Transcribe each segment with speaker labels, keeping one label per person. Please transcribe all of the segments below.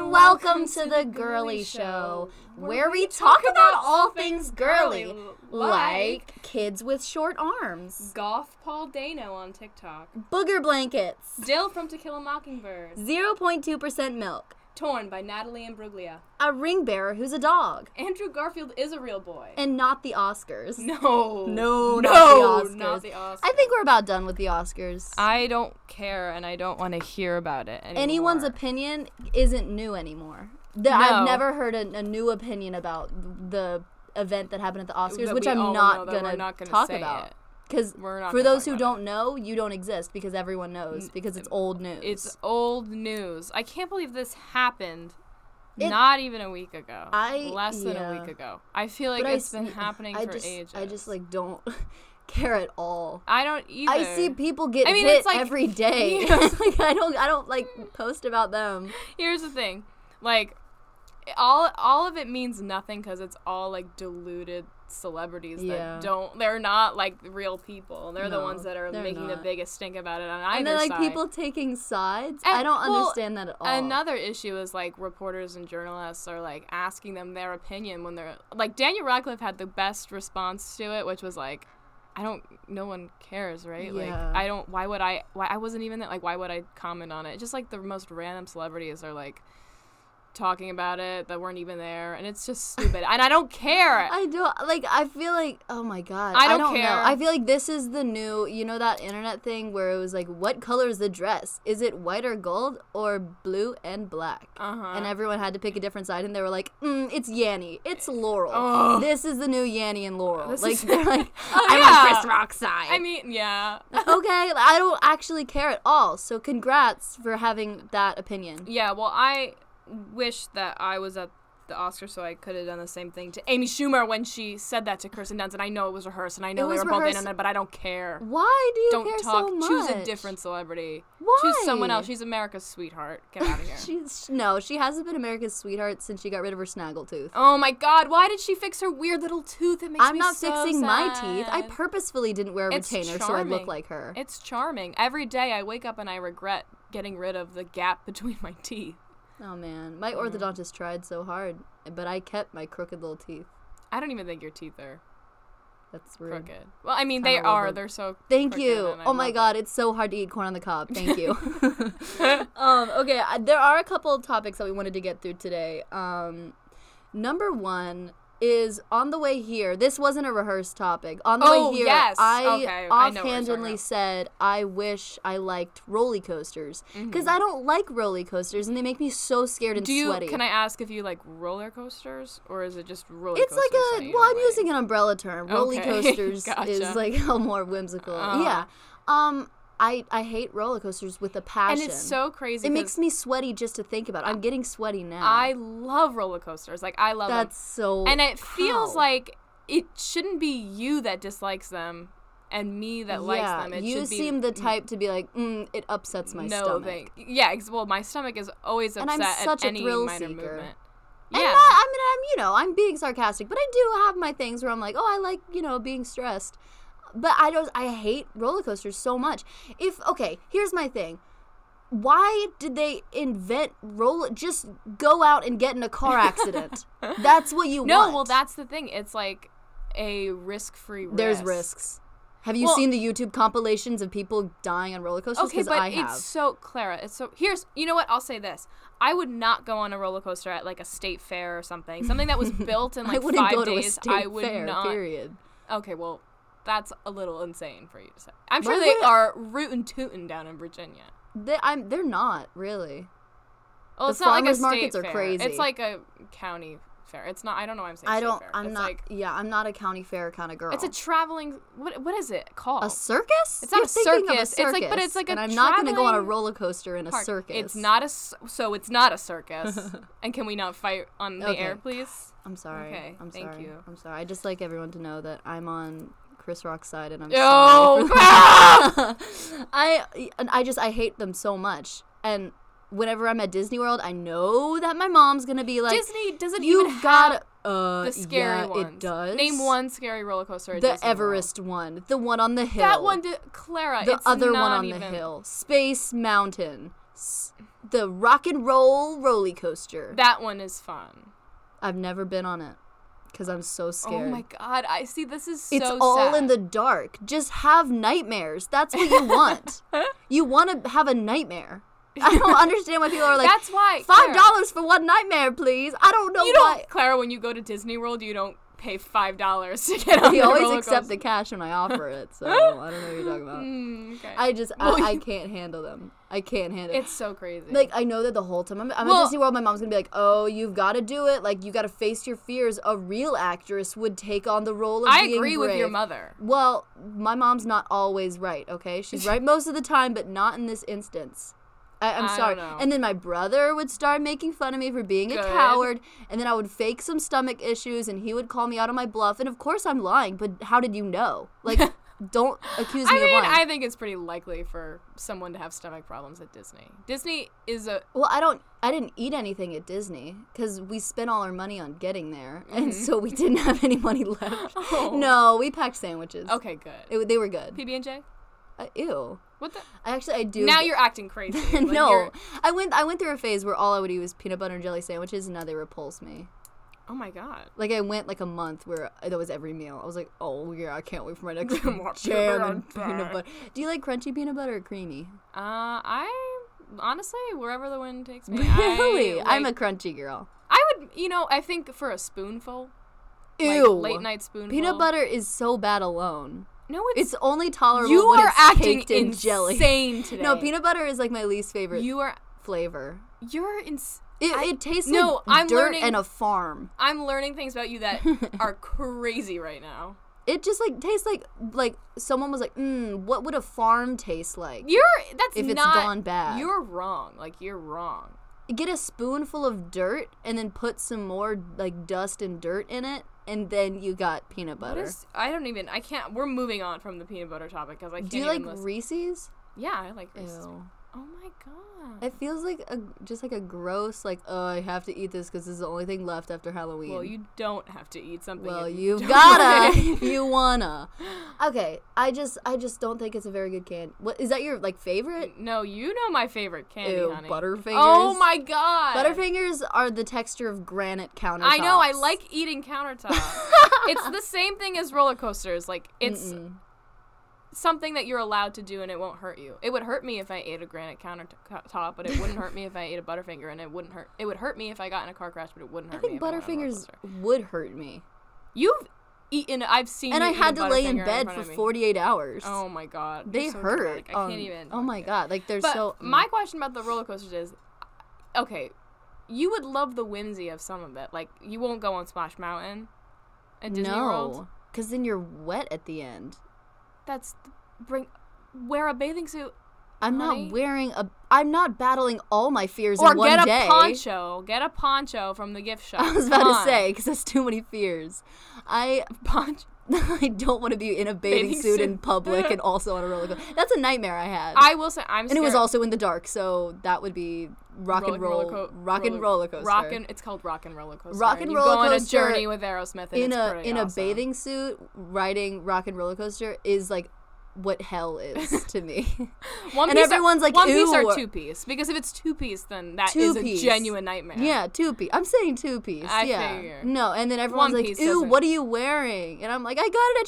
Speaker 1: Welcome to the Girly Show, where we talk about all things girly, like kids with short arms,
Speaker 2: Goth Paul Dano on TikTok,
Speaker 1: booger blankets,
Speaker 2: Dill from To Kill a Mockingbird,
Speaker 1: 0.2% milk,
Speaker 2: Torn by Natalie Imbruglia,
Speaker 1: a ring bearer who's a dog,
Speaker 2: Andrew Garfield is a real boy.
Speaker 1: and not the Oscars.
Speaker 2: no,
Speaker 1: No,
Speaker 2: no,
Speaker 1: not the
Speaker 2: not
Speaker 1: Oscars.
Speaker 2: the Oscars.
Speaker 1: I think we're about done with the Oscars.
Speaker 2: I don't care, and I don't want to hear about it anymore.
Speaker 1: Anyone's opinion isn't new anymore. The, I've
Speaker 2: No.
Speaker 1: never heard a, a new opinion about the event that happened at the Oscars,
Speaker 2: That
Speaker 1: which
Speaker 2: we
Speaker 1: I'm
Speaker 2: all
Speaker 1: not
Speaker 2: know that we're
Speaker 1: gonna,
Speaker 2: not gonna
Speaker 1: talk
Speaker 2: say
Speaker 1: about.
Speaker 2: it.
Speaker 1: Because
Speaker 2: We're not
Speaker 1: for
Speaker 2: gonna
Speaker 1: those
Speaker 2: talk
Speaker 1: who
Speaker 2: about
Speaker 1: don't know, you don't exist because everyone knows because it's old news.
Speaker 2: It's old news. I can't believe this happened.
Speaker 1: It-
Speaker 2: not even a week ago.
Speaker 1: I-
Speaker 2: less than
Speaker 1: yeah.
Speaker 2: a week ago. I feel like
Speaker 1: But I
Speaker 2: it's been
Speaker 1: see-
Speaker 2: happening
Speaker 1: I
Speaker 2: for
Speaker 1: just,
Speaker 2: ages.
Speaker 1: I just like don't care at all.
Speaker 2: I don't either.
Speaker 1: I see people get
Speaker 2: I mean,
Speaker 1: hit
Speaker 2: it's like-
Speaker 1: every day.
Speaker 2: Yeah.
Speaker 1: like I don't, I don't like post about them.
Speaker 2: Here's the thing, like all all of it means nothing because it's all like deluded celebrities
Speaker 1: Yeah.
Speaker 2: that don't. They're not like real people. They're
Speaker 1: No,
Speaker 2: the ones that are
Speaker 1: they're
Speaker 2: making the
Speaker 1: not.
Speaker 2: biggest stink about it on either
Speaker 1: And then like
Speaker 2: side.
Speaker 1: people taking sides. I
Speaker 2: And-
Speaker 1: don't
Speaker 2: well,
Speaker 1: understand that at all.
Speaker 2: Another issue is like reporters and journalists are like asking them their opinion when they're like Daniel Radcliffe had the best response to it, which was like, I don't, no one cares, right? Like,
Speaker 1: Yeah.
Speaker 2: I don't. Why would I? Why I wasn't even that. Like, why would I comment on it? Just like the most random celebrities are like talking about it that weren't even there, and it's just stupid. and I don't care.
Speaker 1: I don't like. I feel like oh my god.
Speaker 2: I don't
Speaker 1: Know.
Speaker 2: care.
Speaker 1: I feel like this is the new. You know that internet thing where it was like, what color is the dress? Is it white or gold or blue and black?
Speaker 2: Uh huh.
Speaker 1: And everyone had to pick a different side, and they were like, mm, "It's Yanny, it's Laurel.
Speaker 2: Ugh.
Speaker 1: This is the new Yanny and Laurel."
Speaker 2: This
Speaker 1: like
Speaker 2: is-
Speaker 1: they're like,
Speaker 2: Oh,
Speaker 1: "I'm
Speaker 2: yeah.
Speaker 1: on Chris Rock's side."
Speaker 2: I mean, yeah.
Speaker 1: okay, like, I don't actually care at all. So congrats for having that opinion.
Speaker 2: Yeah, well, I wish that I was at the Oscar so I could have done the same thing to Amy Schumer when she said that to Kirsten Dunst, and I know it was rehearsed, and I know they
Speaker 1: was
Speaker 2: were both in
Speaker 1: rehearsed.
Speaker 2: on it, but I don't care.
Speaker 1: Why do you care
Speaker 2: Don't talk.
Speaker 1: so much?
Speaker 2: Choose a different celebrity.
Speaker 1: Why?
Speaker 2: Choose someone else. She's America's sweetheart. Get out of here.
Speaker 1: She's no, she hasn't been America's sweetheart since she got rid of her snaggletooth.
Speaker 2: oh my God! Why did she fix her weird little tooth? It makes
Speaker 1: I'm
Speaker 2: me
Speaker 1: not
Speaker 2: so
Speaker 1: fixing my
Speaker 2: sad.
Speaker 1: teeth. I purposefully didn't wear a
Speaker 2: It's
Speaker 1: retainer so I'd look
Speaker 2: charming.
Speaker 1: like her.
Speaker 2: it's charming. Every day I wake up and I regret getting rid of the gap between my teeth.
Speaker 1: oh man, my orthodontist tried so hard, but I kept my crooked little teeth.
Speaker 2: I don't even think your teeth are
Speaker 1: That's rude.
Speaker 2: crooked. Well, I mean they
Speaker 1: Kinda love
Speaker 2: are.
Speaker 1: it.
Speaker 2: They're so.
Speaker 1: Thank
Speaker 2: crooked,
Speaker 1: you.
Speaker 2: and I
Speaker 1: Oh my
Speaker 2: love
Speaker 1: god,
Speaker 2: it.
Speaker 1: it's so hard to eat corn on the cob. Thank you. um, okay, I, there are a couple of topics that we wanted to get through today. Um, number one is on the way here. This wasn't a rehearsed topic. On the
Speaker 2: Oh,
Speaker 1: way here,
Speaker 2: yes.
Speaker 1: I
Speaker 2: Okay, I know what you're talking
Speaker 1: offhandedly
Speaker 2: about.
Speaker 1: said I wish I liked roller coasters because I don't like roller coasters and they make me so scared and
Speaker 2: Mm-hmm. Do you?
Speaker 1: sweaty.
Speaker 2: Can I ask if you like roller coasters or is it just roller?
Speaker 1: it's
Speaker 2: coasters
Speaker 1: like
Speaker 2: that
Speaker 1: a
Speaker 2: you
Speaker 1: well, I'm
Speaker 2: don't like?
Speaker 1: using an umbrella term. Roller
Speaker 2: Okay,
Speaker 1: coasters is
Speaker 2: gotcha.
Speaker 1: like a more whimsical.
Speaker 2: Uh-huh.
Speaker 1: yeah. Um I I hate roller coasters with a passion.
Speaker 2: And it's so crazy.
Speaker 1: it
Speaker 2: 'cause
Speaker 1: makes me sweaty just to think about. it. I'm getting sweaty now.
Speaker 2: I love roller coasters. Like I love
Speaker 1: that's so
Speaker 2: them, and it feels
Speaker 1: how?
Speaker 2: like it shouldn't be you that dislikes them, and me that likes
Speaker 1: yeah,
Speaker 2: them. It
Speaker 1: you
Speaker 2: should be
Speaker 1: seem the type to be like, mm, it upsets my
Speaker 2: no
Speaker 1: stomach.
Speaker 2: thing. Yeah, 'cause- well, my stomach is always
Speaker 1: And
Speaker 2: upset
Speaker 1: I'm such a
Speaker 2: at any
Speaker 1: thrill
Speaker 2: minor
Speaker 1: seeker.
Speaker 2: movement.
Speaker 1: And
Speaker 2: yeah,
Speaker 1: not- I mean, I'm you know, I'm being sarcastic, but I do have my things where I'm like, oh, I like you know being stressed, but I don't. I hate roller coasters so much. If okay, here's my thing. Why did they invent roller? Just go out and get in a car accident. That's what you
Speaker 2: no.
Speaker 1: want.
Speaker 2: Well, that's the thing. It's like a risk-free. Risk.
Speaker 1: there's risks. Have you
Speaker 2: Well-
Speaker 1: seen the YouTube compilations of people dying on roller coasters?
Speaker 2: Okay,
Speaker 1: Because
Speaker 2: but
Speaker 1: I have.
Speaker 2: it's so Clara. It's so here's you know what I'll say this. I would not go on a roller coaster at like a state fair or something. Something that was built in
Speaker 1: I
Speaker 2: like
Speaker 1: wouldn't
Speaker 2: five
Speaker 1: go to
Speaker 2: days.
Speaker 1: a state
Speaker 2: I would
Speaker 1: fair.
Speaker 2: not.
Speaker 1: Period.
Speaker 2: Okay, well, that's a little insane for you to say. I'm
Speaker 1: Why
Speaker 2: sure they
Speaker 1: would-
Speaker 2: are rootin' tootin' down in Virginia.
Speaker 1: They, I'm. They're not really.
Speaker 2: Well,
Speaker 1: The
Speaker 2: it's not like a
Speaker 1: farmers
Speaker 2: state
Speaker 1: markets are
Speaker 2: fair.
Speaker 1: crazy.
Speaker 2: It's like a county fair. It's not. I don't know. why I'm saying.
Speaker 1: I
Speaker 2: state
Speaker 1: don't.
Speaker 2: fair.
Speaker 1: I'm
Speaker 2: It's
Speaker 1: not.
Speaker 2: Like,
Speaker 1: yeah, I'm not a county fair kind of girl.
Speaker 2: it's a traveling. What what is it called?
Speaker 1: A circus?
Speaker 2: It's not
Speaker 1: You're
Speaker 2: a
Speaker 1: thinking of
Speaker 2: circus. It's like- but it's like a
Speaker 1: and I'm not gonna go on a
Speaker 2: traveling
Speaker 1: roller coaster in a
Speaker 2: Park.
Speaker 1: circus.
Speaker 2: It's not a s- so. It's not a circus. and can we not fight on the
Speaker 1: Okay.
Speaker 2: air, please?
Speaker 1: I'm sorry.
Speaker 2: Okay,
Speaker 1: I'm
Speaker 2: thank
Speaker 1: sorry.
Speaker 2: you.
Speaker 1: I'm sorry. I just like everyone to know that I'm on Chris Rock's side, and I'm
Speaker 2: Oh,
Speaker 1: sorry. for that. I and I just I hate them so much, and whenever I'm at Disney World, I know that my mom's gonna be like,
Speaker 2: Disney doesn't even
Speaker 1: "You've
Speaker 2: have
Speaker 1: got uh,
Speaker 2: the scary
Speaker 1: yeah,
Speaker 2: ones.
Speaker 1: It does.
Speaker 2: Name one scary roller coaster. at
Speaker 1: The
Speaker 2: Disney World.
Speaker 1: Everest one, the one on the hill,
Speaker 2: That one, did, Clara.
Speaker 1: the
Speaker 2: it's
Speaker 1: other one
Speaker 2: not
Speaker 1: on
Speaker 2: even-
Speaker 1: the hill, Space Mountain. S- the rock and roll roller coaster.
Speaker 2: That one is fun.
Speaker 1: I've never been on it because I'm so scared.
Speaker 2: Oh my god, I see. This is so.
Speaker 1: it's all in
Speaker 2: sad.
Speaker 1: the dark. Just have nightmares. That's what you want. you want to have a nightmare. I don't understand why people are like
Speaker 2: That's why
Speaker 1: five
Speaker 2: Clara,
Speaker 1: dollars for one nightmare, please. I don't know
Speaker 2: You
Speaker 1: why.
Speaker 2: don't, Clara. When you go to Disney World, you don't pay five dollars to get on.
Speaker 1: They
Speaker 2: the
Speaker 1: always
Speaker 2: roller
Speaker 1: accept
Speaker 2: coaster.
Speaker 1: the cash when I offer it, so I don't know what you're talking about.
Speaker 2: Mm, okay.
Speaker 1: I just
Speaker 2: Well,
Speaker 1: I, I
Speaker 2: you-
Speaker 1: can't handle them. I can't handle.
Speaker 2: it's so crazy.
Speaker 1: Like I know that the whole time I'm, I'm at
Speaker 2: Well-
Speaker 1: Disney World, my mom's gonna be like, "Oh, you've got to do it. Like you got to face your fears. A real actress would take on the role of
Speaker 2: I
Speaker 1: being
Speaker 2: agree with your
Speaker 1: brave."
Speaker 2: mother.
Speaker 1: Well, my mom's not always right. Okay, she's right most of the time, but not in this instance. I, I'm
Speaker 2: I don't
Speaker 1: sorry.
Speaker 2: know.
Speaker 1: And then my brother would start making fun of me for being a
Speaker 2: Good.
Speaker 1: coward, and then I would fake some stomach issues, and he would call me out on my bluff. And of course, I'm lying. But how did you know? Like, don't accuse
Speaker 2: I
Speaker 1: me
Speaker 2: mean,
Speaker 1: of lying.
Speaker 2: I think it's pretty likely for someone to have stomach problems at Disney. Disney is a
Speaker 1: Well, I don't. I didn't eat anything at Disney because we spent all our money on getting there, and so we didn't have any money left.
Speaker 2: Mm-hmm. Oh.
Speaker 1: No, we packed sandwiches.
Speaker 2: okay, good.
Speaker 1: It, they were good.
Speaker 2: PB and J.
Speaker 1: Uh, ew.
Speaker 2: What the?
Speaker 1: I actually I do.
Speaker 2: Now you're acting crazy. Like,
Speaker 1: no,
Speaker 2: you're-
Speaker 1: I went. I went through a phase where all I would eat was peanut butter and jelly sandwiches, and now they repulse me.
Speaker 2: Oh my god.
Speaker 1: Like I went like a month where that was every meal. I was like, oh yeah, I can't wait for my next
Speaker 2: More
Speaker 1: jam and
Speaker 2: peanut butter.
Speaker 1: peanut butter. Do you like crunchy peanut butter or creamy?
Speaker 2: Uh, I honestly wherever the wind takes me.
Speaker 1: Really,
Speaker 2: I,
Speaker 1: I'm
Speaker 2: like-
Speaker 1: a crunchy girl.
Speaker 2: I would. You know, I think for a spoonful.
Speaker 1: Ew.
Speaker 2: Like late night spoonful.
Speaker 1: Peanut butter is so bad alone.
Speaker 2: No, it's.
Speaker 1: It's only tolerable
Speaker 2: you
Speaker 1: when
Speaker 2: are
Speaker 1: it's
Speaker 2: acting
Speaker 1: caked in jelly.
Speaker 2: insane today.
Speaker 1: No, peanut butter is like my least favorite
Speaker 2: You are.
Speaker 1: flavor.
Speaker 2: You're ins.
Speaker 1: It,
Speaker 2: I-
Speaker 1: it tastes
Speaker 2: No,
Speaker 1: like
Speaker 2: I'm
Speaker 1: dirt
Speaker 2: learning-
Speaker 1: and a farm.
Speaker 2: I'm learning things about you that are crazy right now.
Speaker 1: It just like tastes like like someone was like, mm, what would a farm taste like?
Speaker 2: You're. That's
Speaker 1: If it's
Speaker 2: not.
Speaker 1: gone bad.
Speaker 2: You're wrong. Like you're wrong.
Speaker 1: Get a spoonful of dirt and then put some more like dust and dirt in it, and then you got peanut
Speaker 2: What
Speaker 1: butter.
Speaker 2: is? I don't even. I can't. We're moving on from the peanut butter topic because I can't
Speaker 1: Do you
Speaker 2: even
Speaker 1: like
Speaker 2: listen.
Speaker 1: Reese's?
Speaker 2: yeah, I like Reese's.
Speaker 1: Ew.
Speaker 2: Oh my god.
Speaker 1: It feels like a just like a gross like oh I have to eat this because this is the only thing left after Halloween.
Speaker 2: Well, you don't have to eat something.
Speaker 1: Well,
Speaker 2: if
Speaker 1: you've
Speaker 2: don't
Speaker 1: gotta
Speaker 2: like-
Speaker 1: if you wanna. Okay, I just I just don't think it's a very good candy. What is that your like favorite?
Speaker 2: No, you know my favorite candy,
Speaker 1: Ew,
Speaker 2: honey.
Speaker 1: Butterfingers.
Speaker 2: Oh my god.
Speaker 1: Butterfingers are the texture of granite countertops.
Speaker 2: I know. I like eating countertops. it's the same thing as roller coasters. Like it's
Speaker 1: Mm-mm.
Speaker 2: something that you're allowed to do and it won't hurt you. It would hurt me if I ate a granite countertop, but it wouldn't hurt me if I ate a Butterfinger, and it wouldn't hurt. It would hurt me if I got in a car crash, but it wouldn't
Speaker 1: I
Speaker 2: hurt me.
Speaker 1: think
Speaker 2: if went on a roller
Speaker 1: Butterfingers
Speaker 2: coaster.
Speaker 1: would hurt me,
Speaker 2: You've eaten. I've seen.
Speaker 1: and
Speaker 2: you
Speaker 1: I
Speaker 2: eat a
Speaker 1: had to lay in
Speaker 2: Butterfinger
Speaker 1: bed
Speaker 2: front
Speaker 1: for
Speaker 2: of me.
Speaker 1: 48 hours.
Speaker 2: Oh my god.
Speaker 1: they
Speaker 2: you're so
Speaker 1: hurt.
Speaker 2: dramatic. I
Speaker 1: um,
Speaker 2: can't even.
Speaker 1: Oh my god, like they're
Speaker 2: But
Speaker 1: so. mm,
Speaker 2: my question about the roller coasters is, okay, you would love the whimsy of some of it. Like you won't go on Splash Mountain at Disney World.
Speaker 1: no, because then you're wet at the end.
Speaker 2: That's bring wear a bathing suit
Speaker 1: I'm
Speaker 2: Honey?
Speaker 1: not wearing a. I'm not battling all my fears
Speaker 2: or
Speaker 1: in one
Speaker 2: get a
Speaker 1: day.
Speaker 2: poncho. Get a poncho from the gift shop.
Speaker 1: I was about to say because that's too many fears. I
Speaker 2: poncho.
Speaker 1: I don't want to be in a bathing,
Speaker 2: Bathing
Speaker 1: suit,
Speaker 2: suit.
Speaker 1: in public and also on a roller coaster. That's a nightmare I had.
Speaker 2: I will say I'm.
Speaker 1: and it was
Speaker 2: scared-
Speaker 1: also in the dark, so that would be rock and roll,
Speaker 2: co-
Speaker 1: rock and roller coaster.
Speaker 2: Rock and it's called rock and roller coaster.
Speaker 1: Rock and
Speaker 2: you
Speaker 1: roller
Speaker 2: go on a
Speaker 1: coaster
Speaker 2: journey with Aerosmith and
Speaker 1: in
Speaker 2: it's
Speaker 1: a
Speaker 2: pretty
Speaker 1: in a
Speaker 2: awesome.
Speaker 1: bathing suit riding rock and roller coaster is like what hell is to me.
Speaker 2: One
Speaker 1: and
Speaker 2: piece
Speaker 1: everyone's
Speaker 2: or,
Speaker 1: like,
Speaker 2: one piece
Speaker 1: "Ew."
Speaker 2: or two piece because if it's two piece, then that is
Speaker 1: Two-piece.
Speaker 2: a genuine nightmare.
Speaker 1: yeah, two piece. I'm saying two piece.
Speaker 2: I
Speaker 1: yeah.
Speaker 2: figure.
Speaker 1: No, and then everyone's
Speaker 2: One
Speaker 1: like,
Speaker 2: piece
Speaker 1: "Ew,
Speaker 2: doesn't-
Speaker 1: what are you wearing?" And I'm like, "I got it at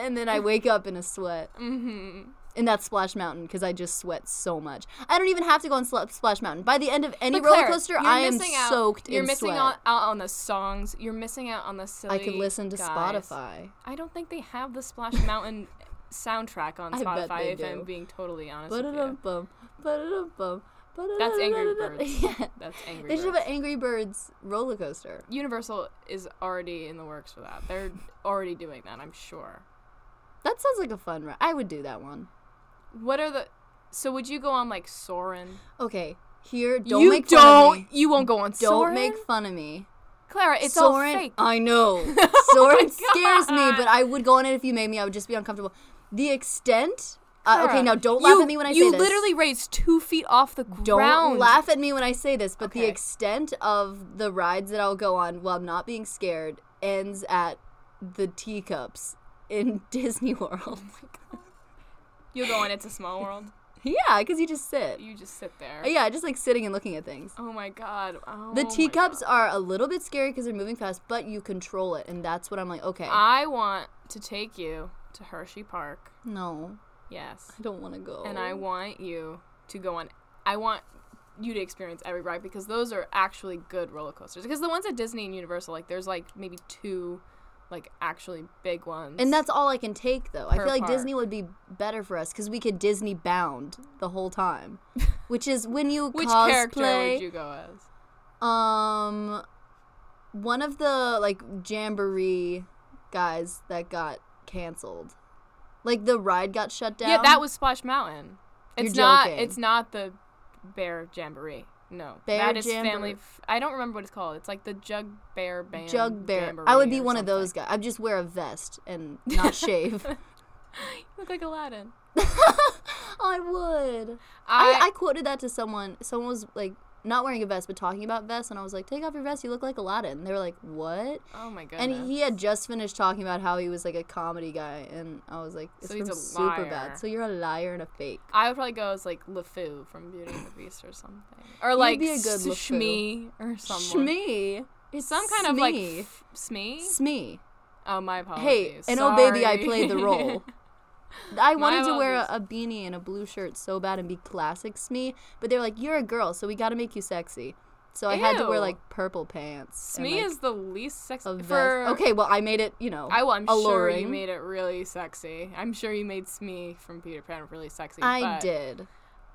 Speaker 1: Shein." And then I wake up in a sweat.
Speaker 2: Mm-hmm.
Speaker 1: And that's Splash Mountain because I just sweat so much. I don't even have to go on Sla- Splash Mountain. By the end of any
Speaker 2: But
Speaker 1: roller
Speaker 2: Claire,
Speaker 1: coaster,
Speaker 2: you're
Speaker 1: I am
Speaker 2: missing out-
Speaker 1: soaked
Speaker 2: You're
Speaker 1: in
Speaker 2: missing
Speaker 1: sweat.
Speaker 2: Out, out on the songs. You're missing out on the silly.
Speaker 1: I could listen to
Speaker 2: guys.
Speaker 1: Spotify.
Speaker 2: I don't think they have the Splash Mountain soundtrack on
Speaker 1: I
Speaker 2: Spotify.
Speaker 1: bet they
Speaker 2: if
Speaker 1: do.
Speaker 2: I'm being totally honest with you,
Speaker 1: Ba-da-dum-bum, ba-da-dum-bum,
Speaker 2: that's Angry
Speaker 1: ba-da-dum-dum-dum.
Speaker 2: Birds.
Speaker 1: Yeah.
Speaker 2: That's Angry
Speaker 1: They
Speaker 2: Birds.
Speaker 1: should have an Angry Birds roller coaster.
Speaker 2: Universal is already in the works for that. They're already doing that. I'm sure.
Speaker 1: That sounds like a fun ride. I would do that one.
Speaker 2: What are the? So would you go on like Soren?
Speaker 1: Okay, here, don't
Speaker 2: you
Speaker 1: make fun
Speaker 2: don't.
Speaker 1: of me.
Speaker 2: You won't go on
Speaker 1: Don't
Speaker 2: Soren.
Speaker 1: make fun of me.
Speaker 2: Clara. It's
Speaker 1: Soren, uh,
Speaker 2: all fake.
Speaker 1: I know.
Speaker 2: Oh
Speaker 1: Soren
Speaker 2: my
Speaker 1: scares me,
Speaker 2: God.
Speaker 1: but I would go on it if you made me. I would just be uncomfortable. The extent. Uh, okay,
Speaker 2: Clara,
Speaker 1: now don't laugh
Speaker 2: you-
Speaker 1: at me when I say
Speaker 2: you
Speaker 1: this.
Speaker 2: literally raised two feet off the ground.
Speaker 1: don't laugh at me when I say this, but the
Speaker 2: Okay.
Speaker 1: extent of the rides that I'll go on while not being scared ends at the teacups in Disney World. Oh
Speaker 2: You'll go on It's a Small World.
Speaker 1: Yeah, because you just sit. Uh,
Speaker 2: You just sit there.
Speaker 1: Yeah, just like sitting and looking at things.
Speaker 2: Oh my god. Oh
Speaker 1: The
Speaker 2: my
Speaker 1: teacups
Speaker 2: God.
Speaker 1: are a little bit scary because they're moving fast, but you control it, and that's what I'm like. Okay,
Speaker 2: I want to take you to Hershey Park.
Speaker 1: no,
Speaker 2: Yes.
Speaker 1: I don't want to go.
Speaker 2: And I want you to go on. I want you to experience every ride because those are actually good roller coasters. Because the ones at Disney and Universal, like there's like maybe two, like actually big ones.
Speaker 1: and that's all I can take though. I
Speaker 2: Per
Speaker 1: feel like
Speaker 2: park.
Speaker 1: Disney would be better for us because we could Disney bound the whole time, which is when you
Speaker 2: which
Speaker 1: cosplay.
Speaker 2: character would you go as?
Speaker 1: Um, one of the like jamboree guys that got canceled, like the ride got shut down.
Speaker 2: Yeah, that was Splash Mountain.
Speaker 1: You're
Speaker 2: It's not.
Speaker 1: joking.
Speaker 2: It's not the Bear Jamboree. No,
Speaker 1: Bear
Speaker 2: that is
Speaker 1: Jamboree.
Speaker 2: family. F- I don't remember what it's called. It's like the Jug Bear Band.
Speaker 1: Jug Bear.
Speaker 2: Jamboree
Speaker 1: I would be
Speaker 2: or
Speaker 1: one of those
Speaker 2: something.
Speaker 1: guys. I'd just wear a vest and not shave.
Speaker 2: You look like Aladdin.
Speaker 1: I would. I, I
Speaker 2: I,
Speaker 1: quoted that to someone. Someone was like not wearing a vest but talking about vests, and I was like, "Take off your vest. You look like Aladdin." They were like, "What?"
Speaker 2: Oh my goodness.
Speaker 1: And he had just finished talking about how he was like a comedy guy, and I was like, "It's
Speaker 2: So he's
Speaker 1: from
Speaker 2: a liar.
Speaker 1: Superbad. So you're a liar and a fake."
Speaker 2: I would probably go as like LeFou from Beauty and the Beast or something, or like
Speaker 1: be a good
Speaker 2: S-
Speaker 1: LeFou.
Speaker 2: Shmi or someone.
Speaker 1: Shmee. It's
Speaker 2: Some kind of like
Speaker 1: Smee.
Speaker 2: f- Smee.
Speaker 1: Smee.
Speaker 2: Oh my apologies.
Speaker 1: Hey, and oh baby, I
Speaker 2: Sorry.
Speaker 1: played the role. I wanted to wear a,
Speaker 2: apologies.
Speaker 1: a beanie and a blue shirt so bad and be classic Smee, but they're like, "You're a girl, so we got to make you sexy." So I had to wear
Speaker 2: Ew.
Speaker 1: like purple pants. and,
Speaker 2: Smee
Speaker 1: like,
Speaker 2: is the least
Speaker 1: a
Speaker 2: sexy.
Speaker 1: vest.
Speaker 2: For
Speaker 1: okay, well, I made it. You know,
Speaker 2: I, well, I'm sure you
Speaker 1: alluring.
Speaker 2: made it really sexy. I'm sure you made Smee from Peter Pan really sexy.
Speaker 1: I
Speaker 2: but,
Speaker 1: did.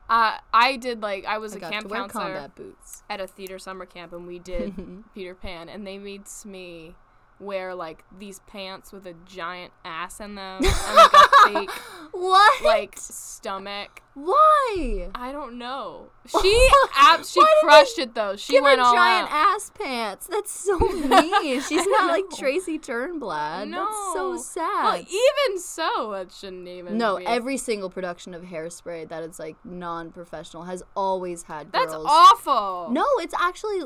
Speaker 2: Uh, I did like I was
Speaker 1: I
Speaker 2: a
Speaker 1: got
Speaker 2: camp
Speaker 1: to wear
Speaker 2: counselor
Speaker 1: combat boots.
Speaker 2: at a theater summer camp, and we did Peter Pan, and they made Smee wear like these pants with a giant ass in them and like a fake
Speaker 1: What?
Speaker 2: like stomach.
Speaker 1: Why?
Speaker 2: I don't know. She ab- she crushed it though. She
Speaker 1: Give her
Speaker 2: went all
Speaker 1: giant
Speaker 2: out.
Speaker 1: ass pants. That's so mean. She's not like
Speaker 2: know.
Speaker 1: Tracy Turnblad. That's so
Speaker 2: No.
Speaker 1: sad.
Speaker 2: Well, even so, that shouldn't even.
Speaker 1: No,
Speaker 2: be.
Speaker 1: every single production of Hairspray that is like non-professional has always had
Speaker 2: That's
Speaker 1: girls.
Speaker 2: awful.
Speaker 1: No, it's actually.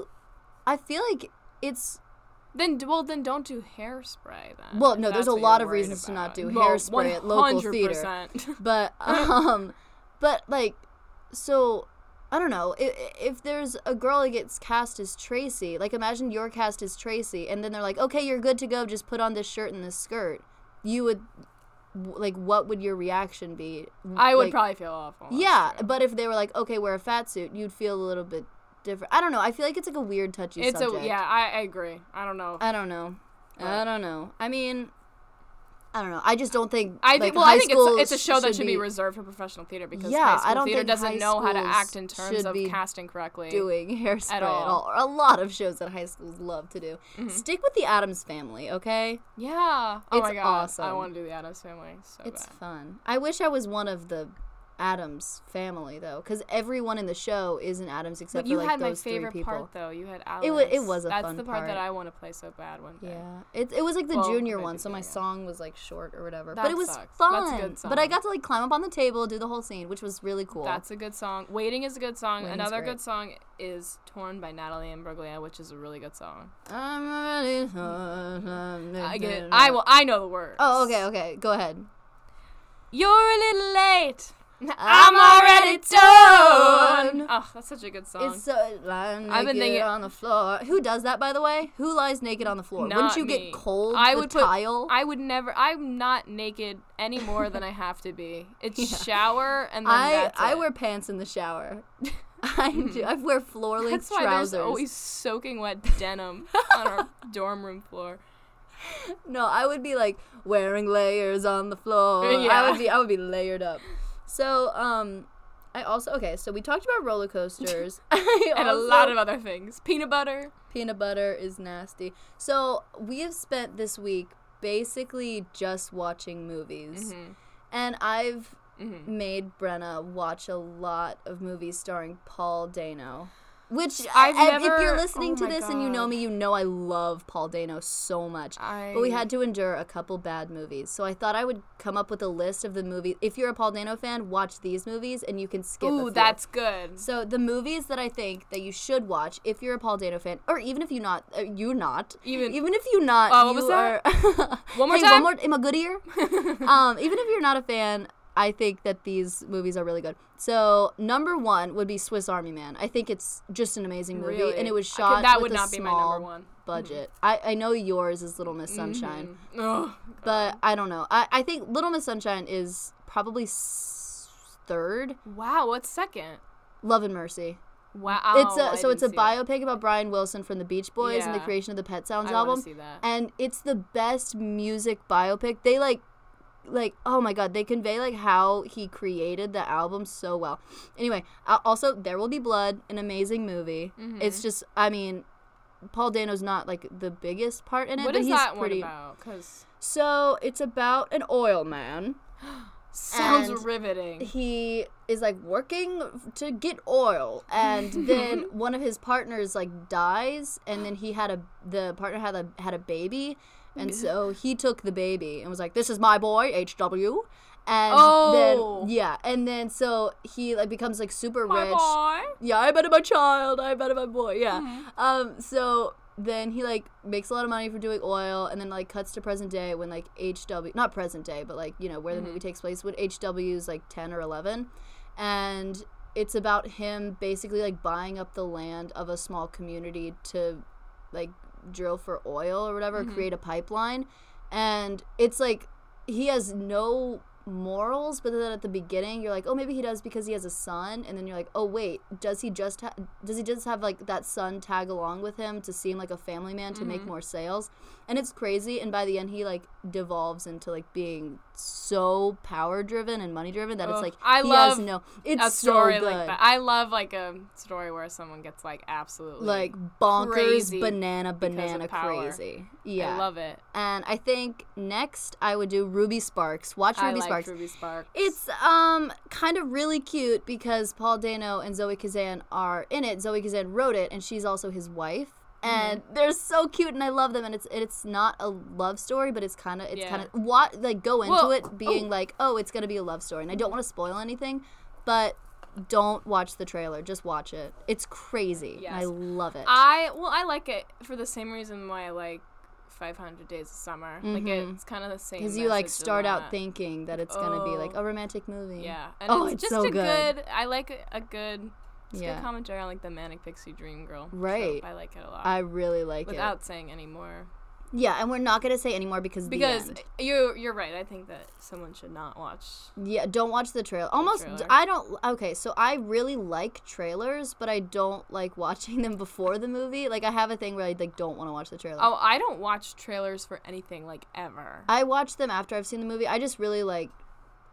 Speaker 1: I feel like it's
Speaker 2: Then d- well, then don't do hairspray then.
Speaker 1: Well,
Speaker 2: if
Speaker 1: no, there's
Speaker 2: that's
Speaker 1: a
Speaker 2: what
Speaker 1: lot
Speaker 2: you're
Speaker 1: of
Speaker 2: worried
Speaker 1: reasons to not
Speaker 2: about.
Speaker 1: do
Speaker 2: Well,
Speaker 1: hairspray at local theater.
Speaker 2: 100%.
Speaker 1: but um, but like so. I don't know. If, if there's a girl that gets cast as Tracy, like imagine you're cast as Tracy, and then they're like, okay, you're good to go, just put on this shirt and this skirt. You would, w- like, what would your reaction be?
Speaker 2: I would
Speaker 1: Like,
Speaker 2: probably feel awful. that's
Speaker 1: Yeah,
Speaker 2: true.
Speaker 1: but if they were like, okay, wear a fat suit, you'd feel a little bit different. I don't know. I feel like it's like a weird touchy
Speaker 2: it's
Speaker 1: subject.
Speaker 2: a yeah. I, I agree. I don't know.
Speaker 1: I don't know. I
Speaker 2: Right.
Speaker 1: don't know. I mean, I don't know. I just don't think.
Speaker 2: I
Speaker 1: like,
Speaker 2: think well,
Speaker 1: high
Speaker 2: I think
Speaker 1: school
Speaker 2: it's, it's a show that should be,
Speaker 1: be
Speaker 2: reserved for professional theater because
Speaker 1: Yeah,
Speaker 2: high school
Speaker 1: I don't
Speaker 2: theater
Speaker 1: think high
Speaker 2: doesn't know how to
Speaker 1: schools
Speaker 2: act in
Speaker 1: should
Speaker 2: terms of
Speaker 1: be
Speaker 2: casting correctly.
Speaker 1: doing hairspray at all.
Speaker 2: all. Mm-hmm.
Speaker 1: Or a lot of shows that high schools love to do. Stick with the Adams Family, okay?
Speaker 2: Yeah. Oh
Speaker 1: It's
Speaker 2: my god. I
Speaker 1: awesome.
Speaker 2: want to do the Addams Family so
Speaker 1: It's
Speaker 2: bad.
Speaker 1: fun. I wish I was one of the Adams family though, because everyone in the show is an Adams except
Speaker 2: But you
Speaker 1: for like
Speaker 2: had my
Speaker 1: those
Speaker 2: favorite
Speaker 1: three people.
Speaker 2: part though. You had Alice.
Speaker 1: It wa- it was a
Speaker 2: That's
Speaker 1: fun
Speaker 2: the part, that
Speaker 1: part.
Speaker 2: I want to play so bad one day.
Speaker 1: Yeah, it, it was like the
Speaker 2: Well,
Speaker 1: junior
Speaker 2: maybe
Speaker 1: one, so my
Speaker 2: junior.
Speaker 1: song was like short or whatever. but
Speaker 2: That
Speaker 1: it was
Speaker 2: sucks. That's a
Speaker 1: fun.
Speaker 2: good
Speaker 1: But I
Speaker 2: song.
Speaker 1: got to like climb up on the table, do the whole scene, which was really cool.
Speaker 2: That's a good song. Waiting is a good song.
Speaker 1: Waiting's
Speaker 2: Another
Speaker 1: great.
Speaker 2: good song is Torn by Natalie Imbruglia, which is a really good song.
Speaker 1: I'm really hot.
Speaker 2: I get it. I will I know the words.
Speaker 1: Oh, okay, okay. Go ahead.
Speaker 2: You're a little late.
Speaker 1: I'm already torn.
Speaker 2: Oh, that's such a good song.
Speaker 1: It's so lying
Speaker 2: I've
Speaker 1: naked
Speaker 2: been thinking-
Speaker 1: on the floor. Who does that, by the way? Who lies naked on the floor? Wouldn't
Speaker 2: Not
Speaker 1: you
Speaker 2: me.
Speaker 1: get cold?
Speaker 2: I
Speaker 1: the
Speaker 2: would put-
Speaker 1: tile.
Speaker 2: I would never I'm not naked any more than I have to be. It's shower and then
Speaker 1: I,
Speaker 2: that's
Speaker 1: I
Speaker 2: it. Hmm.
Speaker 1: wear pants in the shower. I do. I wear floor length
Speaker 2: that's why
Speaker 1: trousers.
Speaker 2: there's always soaking wet denim on our dorm room floor.
Speaker 1: No, I would be like wearing layers on the floor. I
Speaker 2: Yeah.
Speaker 1: would be I would be layered up. So, um I also okay, so we talked about roller coasters. I
Speaker 2: And
Speaker 1: also,
Speaker 2: a lot of other things. Peanut butter.
Speaker 1: peanut butter is nasty. So, we have spent this week basically just watching movies.
Speaker 2: Mm-hmm.
Speaker 1: And I've made Brenna watch a lot of movies starring Paul Dano. Which
Speaker 2: I've
Speaker 1: and if you're
Speaker 2: never-
Speaker 1: listening
Speaker 2: oh
Speaker 1: to
Speaker 2: my
Speaker 1: this and you know
Speaker 2: God.
Speaker 1: me, you know I love Paul Dano so much.
Speaker 2: I
Speaker 1: But we had to endure a couple bad movies. So I thought I would come up with a list of the movies. If you're a Paul Dano fan, watch these movies and you can skip. a
Speaker 2: Ooh,
Speaker 1: few.
Speaker 2: that's good.
Speaker 1: So the movies that I think that you should watch if you're a Paul Dano fan, or even if you not, uh, you not,
Speaker 2: Even-
Speaker 1: even if you not,
Speaker 2: Oh, what
Speaker 1: you
Speaker 2: was that?
Speaker 1: are
Speaker 2: One more
Speaker 1: hey,
Speaker 2: time?
Speaker 1: One more, am I good here? um, even if Um, you're not a fan I think that these movies are really good. So number one would be Swiss Army Man. I think it's just an amazing movie,
Speaker 2: Really?
Speaker 1: and it was
Speaker 2: I could-
Speaker 1: shot
Speaker 2: that
Speaker 1: with
Speaker 2: would
Speaker 1: a
Speaker 2: not be my
Speaker 1: small
Speaker 2: number one. Mm-hmm.
Speaker 1: budget. I, I know yours is Little Miss Sunshine,
Speaker 2: Mhm. Ugh.
Speaker 1: but I don't know. I, I think Little Miss Sunshine is probably s- third.
Speaker 2: Wow, what's second?
Speaker 1: Love and Mercy.
Speaker 2: Wow.
Speaker 1: it's a
Speaker 2: Oh, I
Speaker 1: so it's a
Speaker 2: didn't see that.
Speaker 1: biopic about Brian Wilson from the Beach Boys and the
Speaker 2: Yeah.
Speaker 1: creation of the Pet
Speaker 2: I
Speaker 1: Sounds
Speaker 2: wanna
Speaker 1: album.
Speaker 2: see that.
Speaker 1: and it's the best music biopic they like like oh my god they convey like how he created the album so well anyway uh, also there will be blood an amazing movie
Speaker 2: Mm-hmm.
Speaker 1: it's just i mean paul dano's not like the biggest part in it
Speaker 2: What
Speaker 1: but
Speaker 2: is
Speaker 1: he's
Speaker 2: that
Speaker 1: pretty
Speaker 2: one about? Because
Speaker 1: so it's about an oil man
Speaker 2: sounds
Speaker 1: And-
Speaker 2: riveting.
Speaker 1: he is like working to get oil and then one of his partners like dies and then he had a the partner had a had a baby and so he took the baby and was like this is my boy hw and
Speaker 2: Oh.
Speaker 1: then yeah and then so he like becomes like super
Speaker 2: My
Speaker 1: rich
Speaker 2: boy.
Speaker 1: yeah, I betted my child. I betted my boy. Yeah.
Speaker 2: Mm-hmm.
Speaker 1: Um. So then he like makes a lot of money for doing oil, and then like cuts to present day when like HW, not present day, but like you know where the movie takes place when HW's like ten or eleven, and it's about him basically like buying up the land of a small community to like drill for oil or whatever, create a pipeline, and it's like he has no morals but then at the beginning you're like oh maybe he does because he has a son and then you're like oh wait does he just ha- does he just have like that son tag along with him to seem like a family man to
Speaker 2: Mm-hmm.
Speaker 1: make more sales and it's crazy and by the end he like devolves into like being so power driven and money driven that it's
Speaker 2: Ugh,
Speaker 1: like
Speaker 2: I
Speaker 1: he
Speaker 2: love
Speaker 1: has no it's
Speaker 2: a
Speaker 1: so
Speaker 2: story
Speaker 1: good
Speaker 2: like that. I love like a story where someone gets like absolutely
Speaker 1: like bonkers
Speaker 2: Crazy
Speaker 1: banana banana
Speaker 2: power.
Speaker 1: crazy yeah
Speaker 2: I love it.
Speaker 1: and i think next i would do ruby sparks watch
Speaker 2: I
Speaker 1: ruby
Speaker 2: like
Speaker 1: sparks
Speaker 2: Ruby Sparks.
Speaker 1: It's um kind of really cute because Paul Dano and Zoe Kazan are in it. Zoe Kazan wrote it, and she's also his wife. And
Speaker 2: Mm-hmm.
Speaker 1: they're so cute, and I love them. And it's it's not a love story, but it's kind of it's
Speaker 2: Yeah.
Speaker 1: kind of what like go into
Speaker 2: Well,
Speaker 1: it being like, oh, it's gonna be a love story, and I don't want to spoil anything, but don't watch the trailer, just watch it. It's crazy, and I
Speaker 2: Yes.
Speaker 1: love it.
Speaker 2: I well, I like it for the same reason why I like 500 Days of Summer. Like
Speaker 1: Mhm.
Speaker 2: it's kind of the same.
Speaker 1: Because you like
Speaker 2: message in
Speaker 1: start out
Speaker 2: that.
Speaker 1: thinking that it's gonna be like
Speaker 2: Oh.
Speaker 1: a romantic movie.
Speaker 2: Yeah, and
Speaker 1: Oh,
Speaker 2: it's,
Speaker 1: it's
Speaker 2: just
Speaker 1: so
Speaker 2: a
Speaker 1: good.
Speaker 2: good. I like a, a good. It's
Speaker 1: Yeah.
Speaker 2: good commentary on like the manic pixie dream girl.
Speaker 1: Right.
Speaker 2: trope. I like it a lot.
Speaker 1: I really like
Speaker 2: Without saying any more,
Speaker 1: it. Yeah, and we're not gonna say anymore because
Speaker 2: because
Speaker 1: the end. Mm.
Speaker 2: you you're right. I think that someone should not watch.
Speaker 1: Yeah, don't watch the trailer. Almost,
Speaker 2: trailer.
Speaker 1: I don't. Okay, so I really like trailers, but I don't like watching them before the movie. Like, I have a thing where I like don't want to watch the trailer.
Speaker 2: Oh, I don't watch trailers for anything like ever.
Speaker 1: I watch them after I've seen the movie. I just really like,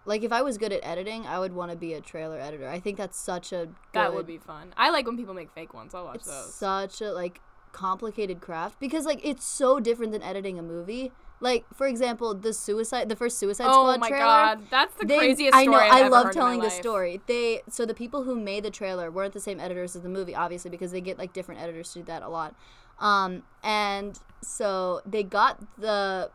Speaker 1: like if I was good at editing, I would want to be a trailer editor. I think that's such a good,
Speaker 2: that would be fun. I like when people make fake ones. I'll watch
Speaker 1: it's
Speaker 2: those.
Speaker 1: such a like complicated craft because like it's so different than editing a movie. Like for example, the suicide, the first Suicide
Speaker 2: Oh
Speaker 1: Squad
Speaker 2: my
Speaker 1: trailer.
Speaker 2: god, that's the
Speaker 1: They-
Speaker 2: craziest
Speaker 1: I
Speaker 2: story.
Speaker 1: know.
Speaker 2: I've
Speaker 1: I
Speaker 2: ever
Speaker 1: love
Speaker 2: heard in my
Speaker 1: telling this
Speaker 2: life.
Speaker 1: story. They so the people who made the trailer weren't the same editors as the movie, obviously, because they get like different editors to do that a lot. Um, and so they got the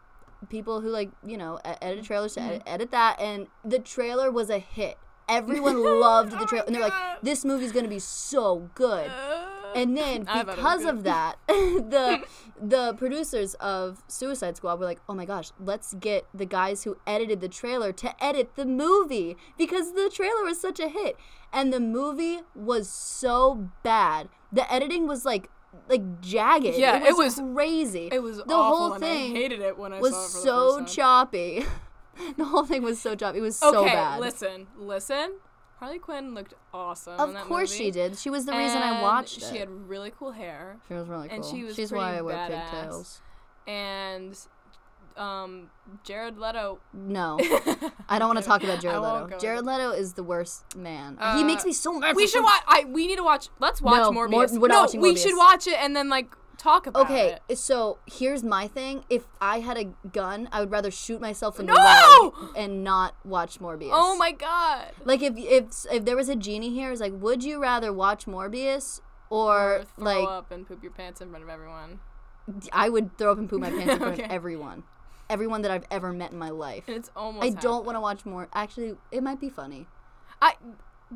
Speaker 1: people who like you know e- edit trailers
Speaker 2: Mm-hmm.
Speaker 1: to edit, edit that, and the trailer was a hit. Everyone loved the
Speaker 2: Oh my
Speaker 1: trailer, and they're
Speaker 2: God.
Speaker 1: like, "This movie's gonna be so good."
Speaker 2: Uh,
Speaker 1: And then
Speaker 2: I thought it was
Speaker 1: because
Speaker 2: good.
Speaker 1: of that, the the producers of Suicide Squad were like, "Oh my gosh, let's get the guys who edited the trailer to edit the movie because the trailer was such a hit." And the movie was so bad. The editing was like like jagged.
Speaker 2: Yeah,
Speaker 1: it
Speaker 2: it
Speaker 1: was,
Speaker 2: was-
Speaker 1: crazy.
Speaker 2: It was
Speaker 1: the
Speaker 2: awful
Speaker 1: whole
Speaker 2: and
Speaker 1: thing
Speaker 2: I hated it when I
Speaker 1: was
Speaker 2: saw it for the
Speaker 1: so
Speaker 2: first time.
Speaker 1: choppy. the whole thing was so choppy. It was so
Speaker 2: okay,
Speaker 1: bad.
Speaker 2: listen, listen. Harley Quinn looked awesome.
Speaker 1: of
Speaker 2: in that
Speaker 1: course
Speaker 2: movie.
Speaker 1: she did. She was the reason I
Speaker 2: And
Speaker 1: watched
Speaker 2: She
Speaker 1: it.
Speaker 2: had really cool hair,
Speaker 1: She was really cool.
Speaker 2: and she was
Speaker 1: She's why
Speaker 2: pretty
Speaker 1: I wear
Speaker 2: badass.
Speaker 1: pigtails.
Speaker 2: and um, Jared Leto.
Speaker 1: No, I don't want to talk about Jared
Speaker 2: I won't
Speaker 1: Leto.
Speaker 2: go
Speaker 1: Jared Leto is the worst man. he
Speaker 2: Uh,
Speaker 1: makes me so mad.
Speaker 2: we
Speaker 1: for
Speaker 2: should
Speaker 1: some-
Speaker 2: watch. I we need to watch. Let's watch
Speaker 1: No,
Speaker 2: Morbius.
Speaker 1: Mor- we're not
Speaker 2: no,
Speaker 1: watching
Speaker 2: we
Speaker 1: Morbius.
Speaker 2: should watch it and then like talk about
Speaker 1: Okay,
Speaker 2: it.
Speaker 1: so here's my thing. If I had a gun, I would rather shoot myself in the
Speaker 2: No!
Speaker 1: leg and not watch Morbius.
Speaker 2: Oh my god.
Speaker 1: Like if if if there was a genie here, it's like, would you rather watch Morbius or,
Speaker 2: Or throw
Speaker 1: like
Speaker 2: up and poop your pants in front of everyone.
Speaker 1: I would throw up and poop my pants in front of
Speaker 2: Okay.
Speaker 1: everyone, everyone that I've ever met in my life.
Speaker 2: And it's almost.
Speaker 1: I don't
Speaker 2: happened.
Speaker 1: want to watch more. Actually, it might be funny.
Speaker 2: I.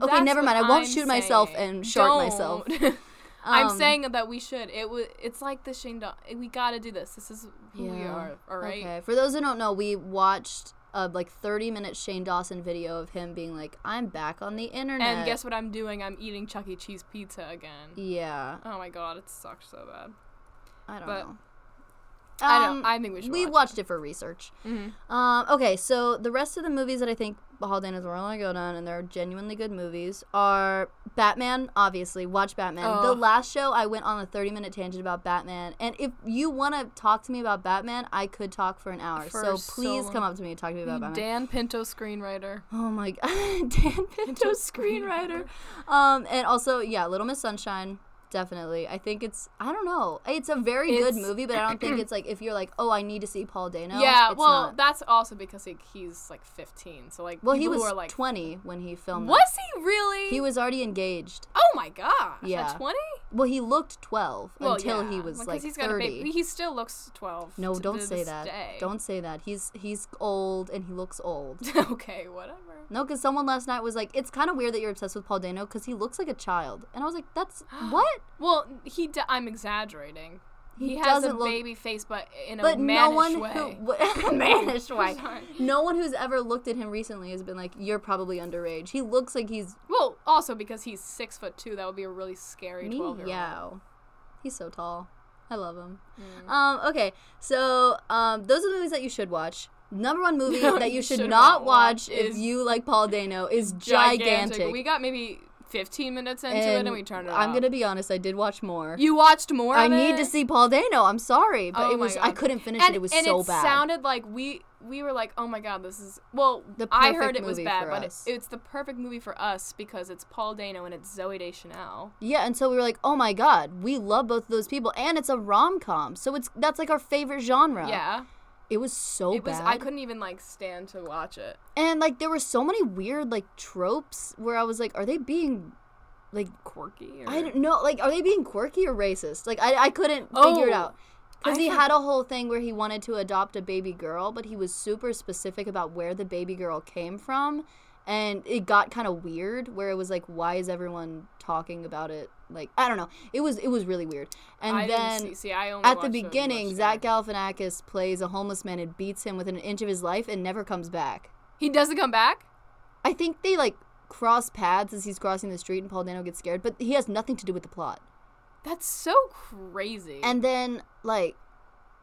Speaker 1: Okay,
Speaker 2: that's
Speaker 1: never
Speaker 2: what
Speaker 1: mind. I won't
Speaker 2: I'm
Speaker 1: shoot myself
Speaker 2: saying.
Speaker 1: and shart myself.
Speaker 2: Don't. I'm
Speaker 1: Um,
Speaker 2: saying that we should. It was. It's like the Shane. Dawson. We gotta do this. This is who we
Speaker 1: Yeah.
Speaker 2: are. All right.
Speaker 1: Okay. For those who don't know, we watched a like 30 minute Shane Dawson video of him being like, I'm back on the internet.
Speaker 2: And guess what I'm doing? I'm eating Chuck E. Cheese pizza again.
Speaker 1: Yeah,
Speaker 2: Oh my god, it sucks so bad.
Speaker 1: I don't
Speaker 2: But-
Speaker 1: know.
Speaker 2: I
Speaker 1: Um,
Speaker 2: don't. I think we Mm-hmm. should.
Speaker 1: we
Speaker 2: watch
Speaker 1: watched it for research. Um, okay, so the rest of the movies that I think Holiday is going to go down, and they're genuinely good movies, are Batman. Obviously, watch Batman. The
Speaker 2: Oh.
Speaker 1: last show I went on a thirty-minute tangent about Batman, and if you want to talk to me about Batman, I could talk for an hour.
Speaker 2: For
Speaker 1: so
Speaker 2: so
Speaker 1: please
Speaker 2: long. Mm-hmm.
Speaker 1: come up to me and talk to me about Batman.
Speaker 2: Dan Pinto screenwriter.
Speaker 1: Oh my god, Dan Pinto screenwriter. Um, and also, yeah, Little Miss Sunshine, definitely. I think it's I don't know. It's a very good
Speaker 2: It's-
Speaker 1: movie, but I don't think it's like if you're like, oh, I need to see Paul Dano.
Speaker 2: yeah,
Speaker 1: it's
Speaker 2: well,
Speaker 1: not.
Speaker 2: that's also because like he's like 15. So like,
Speaker 1: well, he
Speaker 2: people who
Speaker 1: was
Speaker 2: are, like,
Speaker 1: 20 when he filmed.
Speaker 2: Was he really?
Speaker 1: it. He was already engaged.
Speaker 2: Oh my gosh.
Speaker 1: Yeah.
Speaker 2: At 20?
Speaker 1: Well, he looked 12
Speaker 2: Well,
Speaker 1: until
Speaker 2: yeah,
Speaker 1: he was
Speaker 2: because
Speaker 1: like
Speaker 2: he's got a
Speaker 1: 30.
Speaker 2: baby. He still looks 12.
Speaker 1: no,
Speaker 2: to
Speaker 1: don't
Speaker 2: this
Speaker 1: say that.
Speaker 2: day.
Speaker 1: Don't say that. He's he's old and he looks old.
Speaker 2: okay, whatever.
Speaker 1: No, because someone last night was like, "It's kind of weird that you're obsessed with Paul Dano because he looks like a child," and I was like, "That's what."
Speaker 2: Well, he. D- I'm exaggerating. He,
Speaker 1: He
Speaker 2: has a
Speaker 1: doesn't look-
Speaker 2: baby face, but in a
Speaker 1: but no
Speaker 2: mannish
Speaker 1: one
Speaker 2: way.
Speaker 1: who w- mannish way.
Speaker 2: Sorry.
Speaker 1: No one who's ever looked at him recently has been like, "You're probably underage." He looks like he's
Speaker 2: Well, also because he's six foot two, that would be a really scary twelve year old.
Speaker 1: meow. He's so tall. I love him.
Speaker 2: Mm.
Speaker 1: Um, okay, so um, those are the movies that you should watch. Number one movie that you should, not, watch if
Speaker 2: is
Speaker 1: you like Paul Dano is
Speaker 2: Gigantic.
Speaker 1: gigantic.
Speaker 2: We got maybe fifteen minutes into it, and we turned it off.
Speaker 1: I'm gonna be honest. I did watch more.
Speaker 2: You watched more.
Speaker 1: I
Speaker 2: of
Speaker 1: need
Speaker 2: it?
Speaker 1: to see Paul Dano. I'm sorry, but
Speaker 2: Oh
Speaker 1: it
Speaker 2: my
Speaker 1: was I
Speaker 2: God.
Speaker 1: couldn't finish
Speaker 2: And
Speaker 1: it. It was
Speaker 2: and
Speaker 1: so
Speaker 2: it
Speaker 1: bad.
Speaker 2: sounded like we we were like, oh my god, this is well.
Speaker 1: The
Speaker 2: I
Speaker 1: perfect
Speaker 2: heard it was
Speaker 1: movie
Speaker 2: bad,
Speaker 1: for
Speaker 2: but it-
Speaker 1: us.
Speaker 2: it's the perfect movie for us because it's Paul Dano and it's Zoe Deschanel.
Speaker 1: Yeah, and so we were like, "Oh my god, we love both of those people, and it's a rom com, so it's that's like our favorite genre."
Speaker 2: Yeah,
Speaker 1: it was so
Speaker 2: it was.
Speaker 1: bad,
Speaker 2: I couldn't even like stand to watch it.
Speaker 1: and like there were so many weird like tropes where I was like, "Are they being like
Speaker 2: Quirky. Or...
Speaker 1: I don't know, like are they being quirky or racist?" Like I I couldn't figure it
Speaker 2: Oh,
Speaker 1: out because
Speaker 2: I
Speaker 1: he
Speaker 2: for-
Speaker 1: had a whole thing where he wanted to adopt a baby girl, but he was super specific about where the baby girl came from, and it got kind of weird where it was like, "Why is everyone talking about it?" Like I don't know, it was it was really weird, and
Speaker 2: I
Speaker 1: then.
Speaker 2: didn't see, see, I only
Speaker 1: At the
Speaker 2: watched it when
Speaker 1: beginning,
Speaker 2: much
Speaker 1: Zach
Speaker 2: time.
Speaker 1: Galifianakis plays a homeless man and beats him within an inch of his life and never comes back.
Speaker 2: he doesn't come back.
Speaker 1: I think they like cross paths as he's crossing the street and Paul Dano gets scared, but he has nothing to do with the plot.
Speaker 2: That's so crazy.
Speaker 1: And then like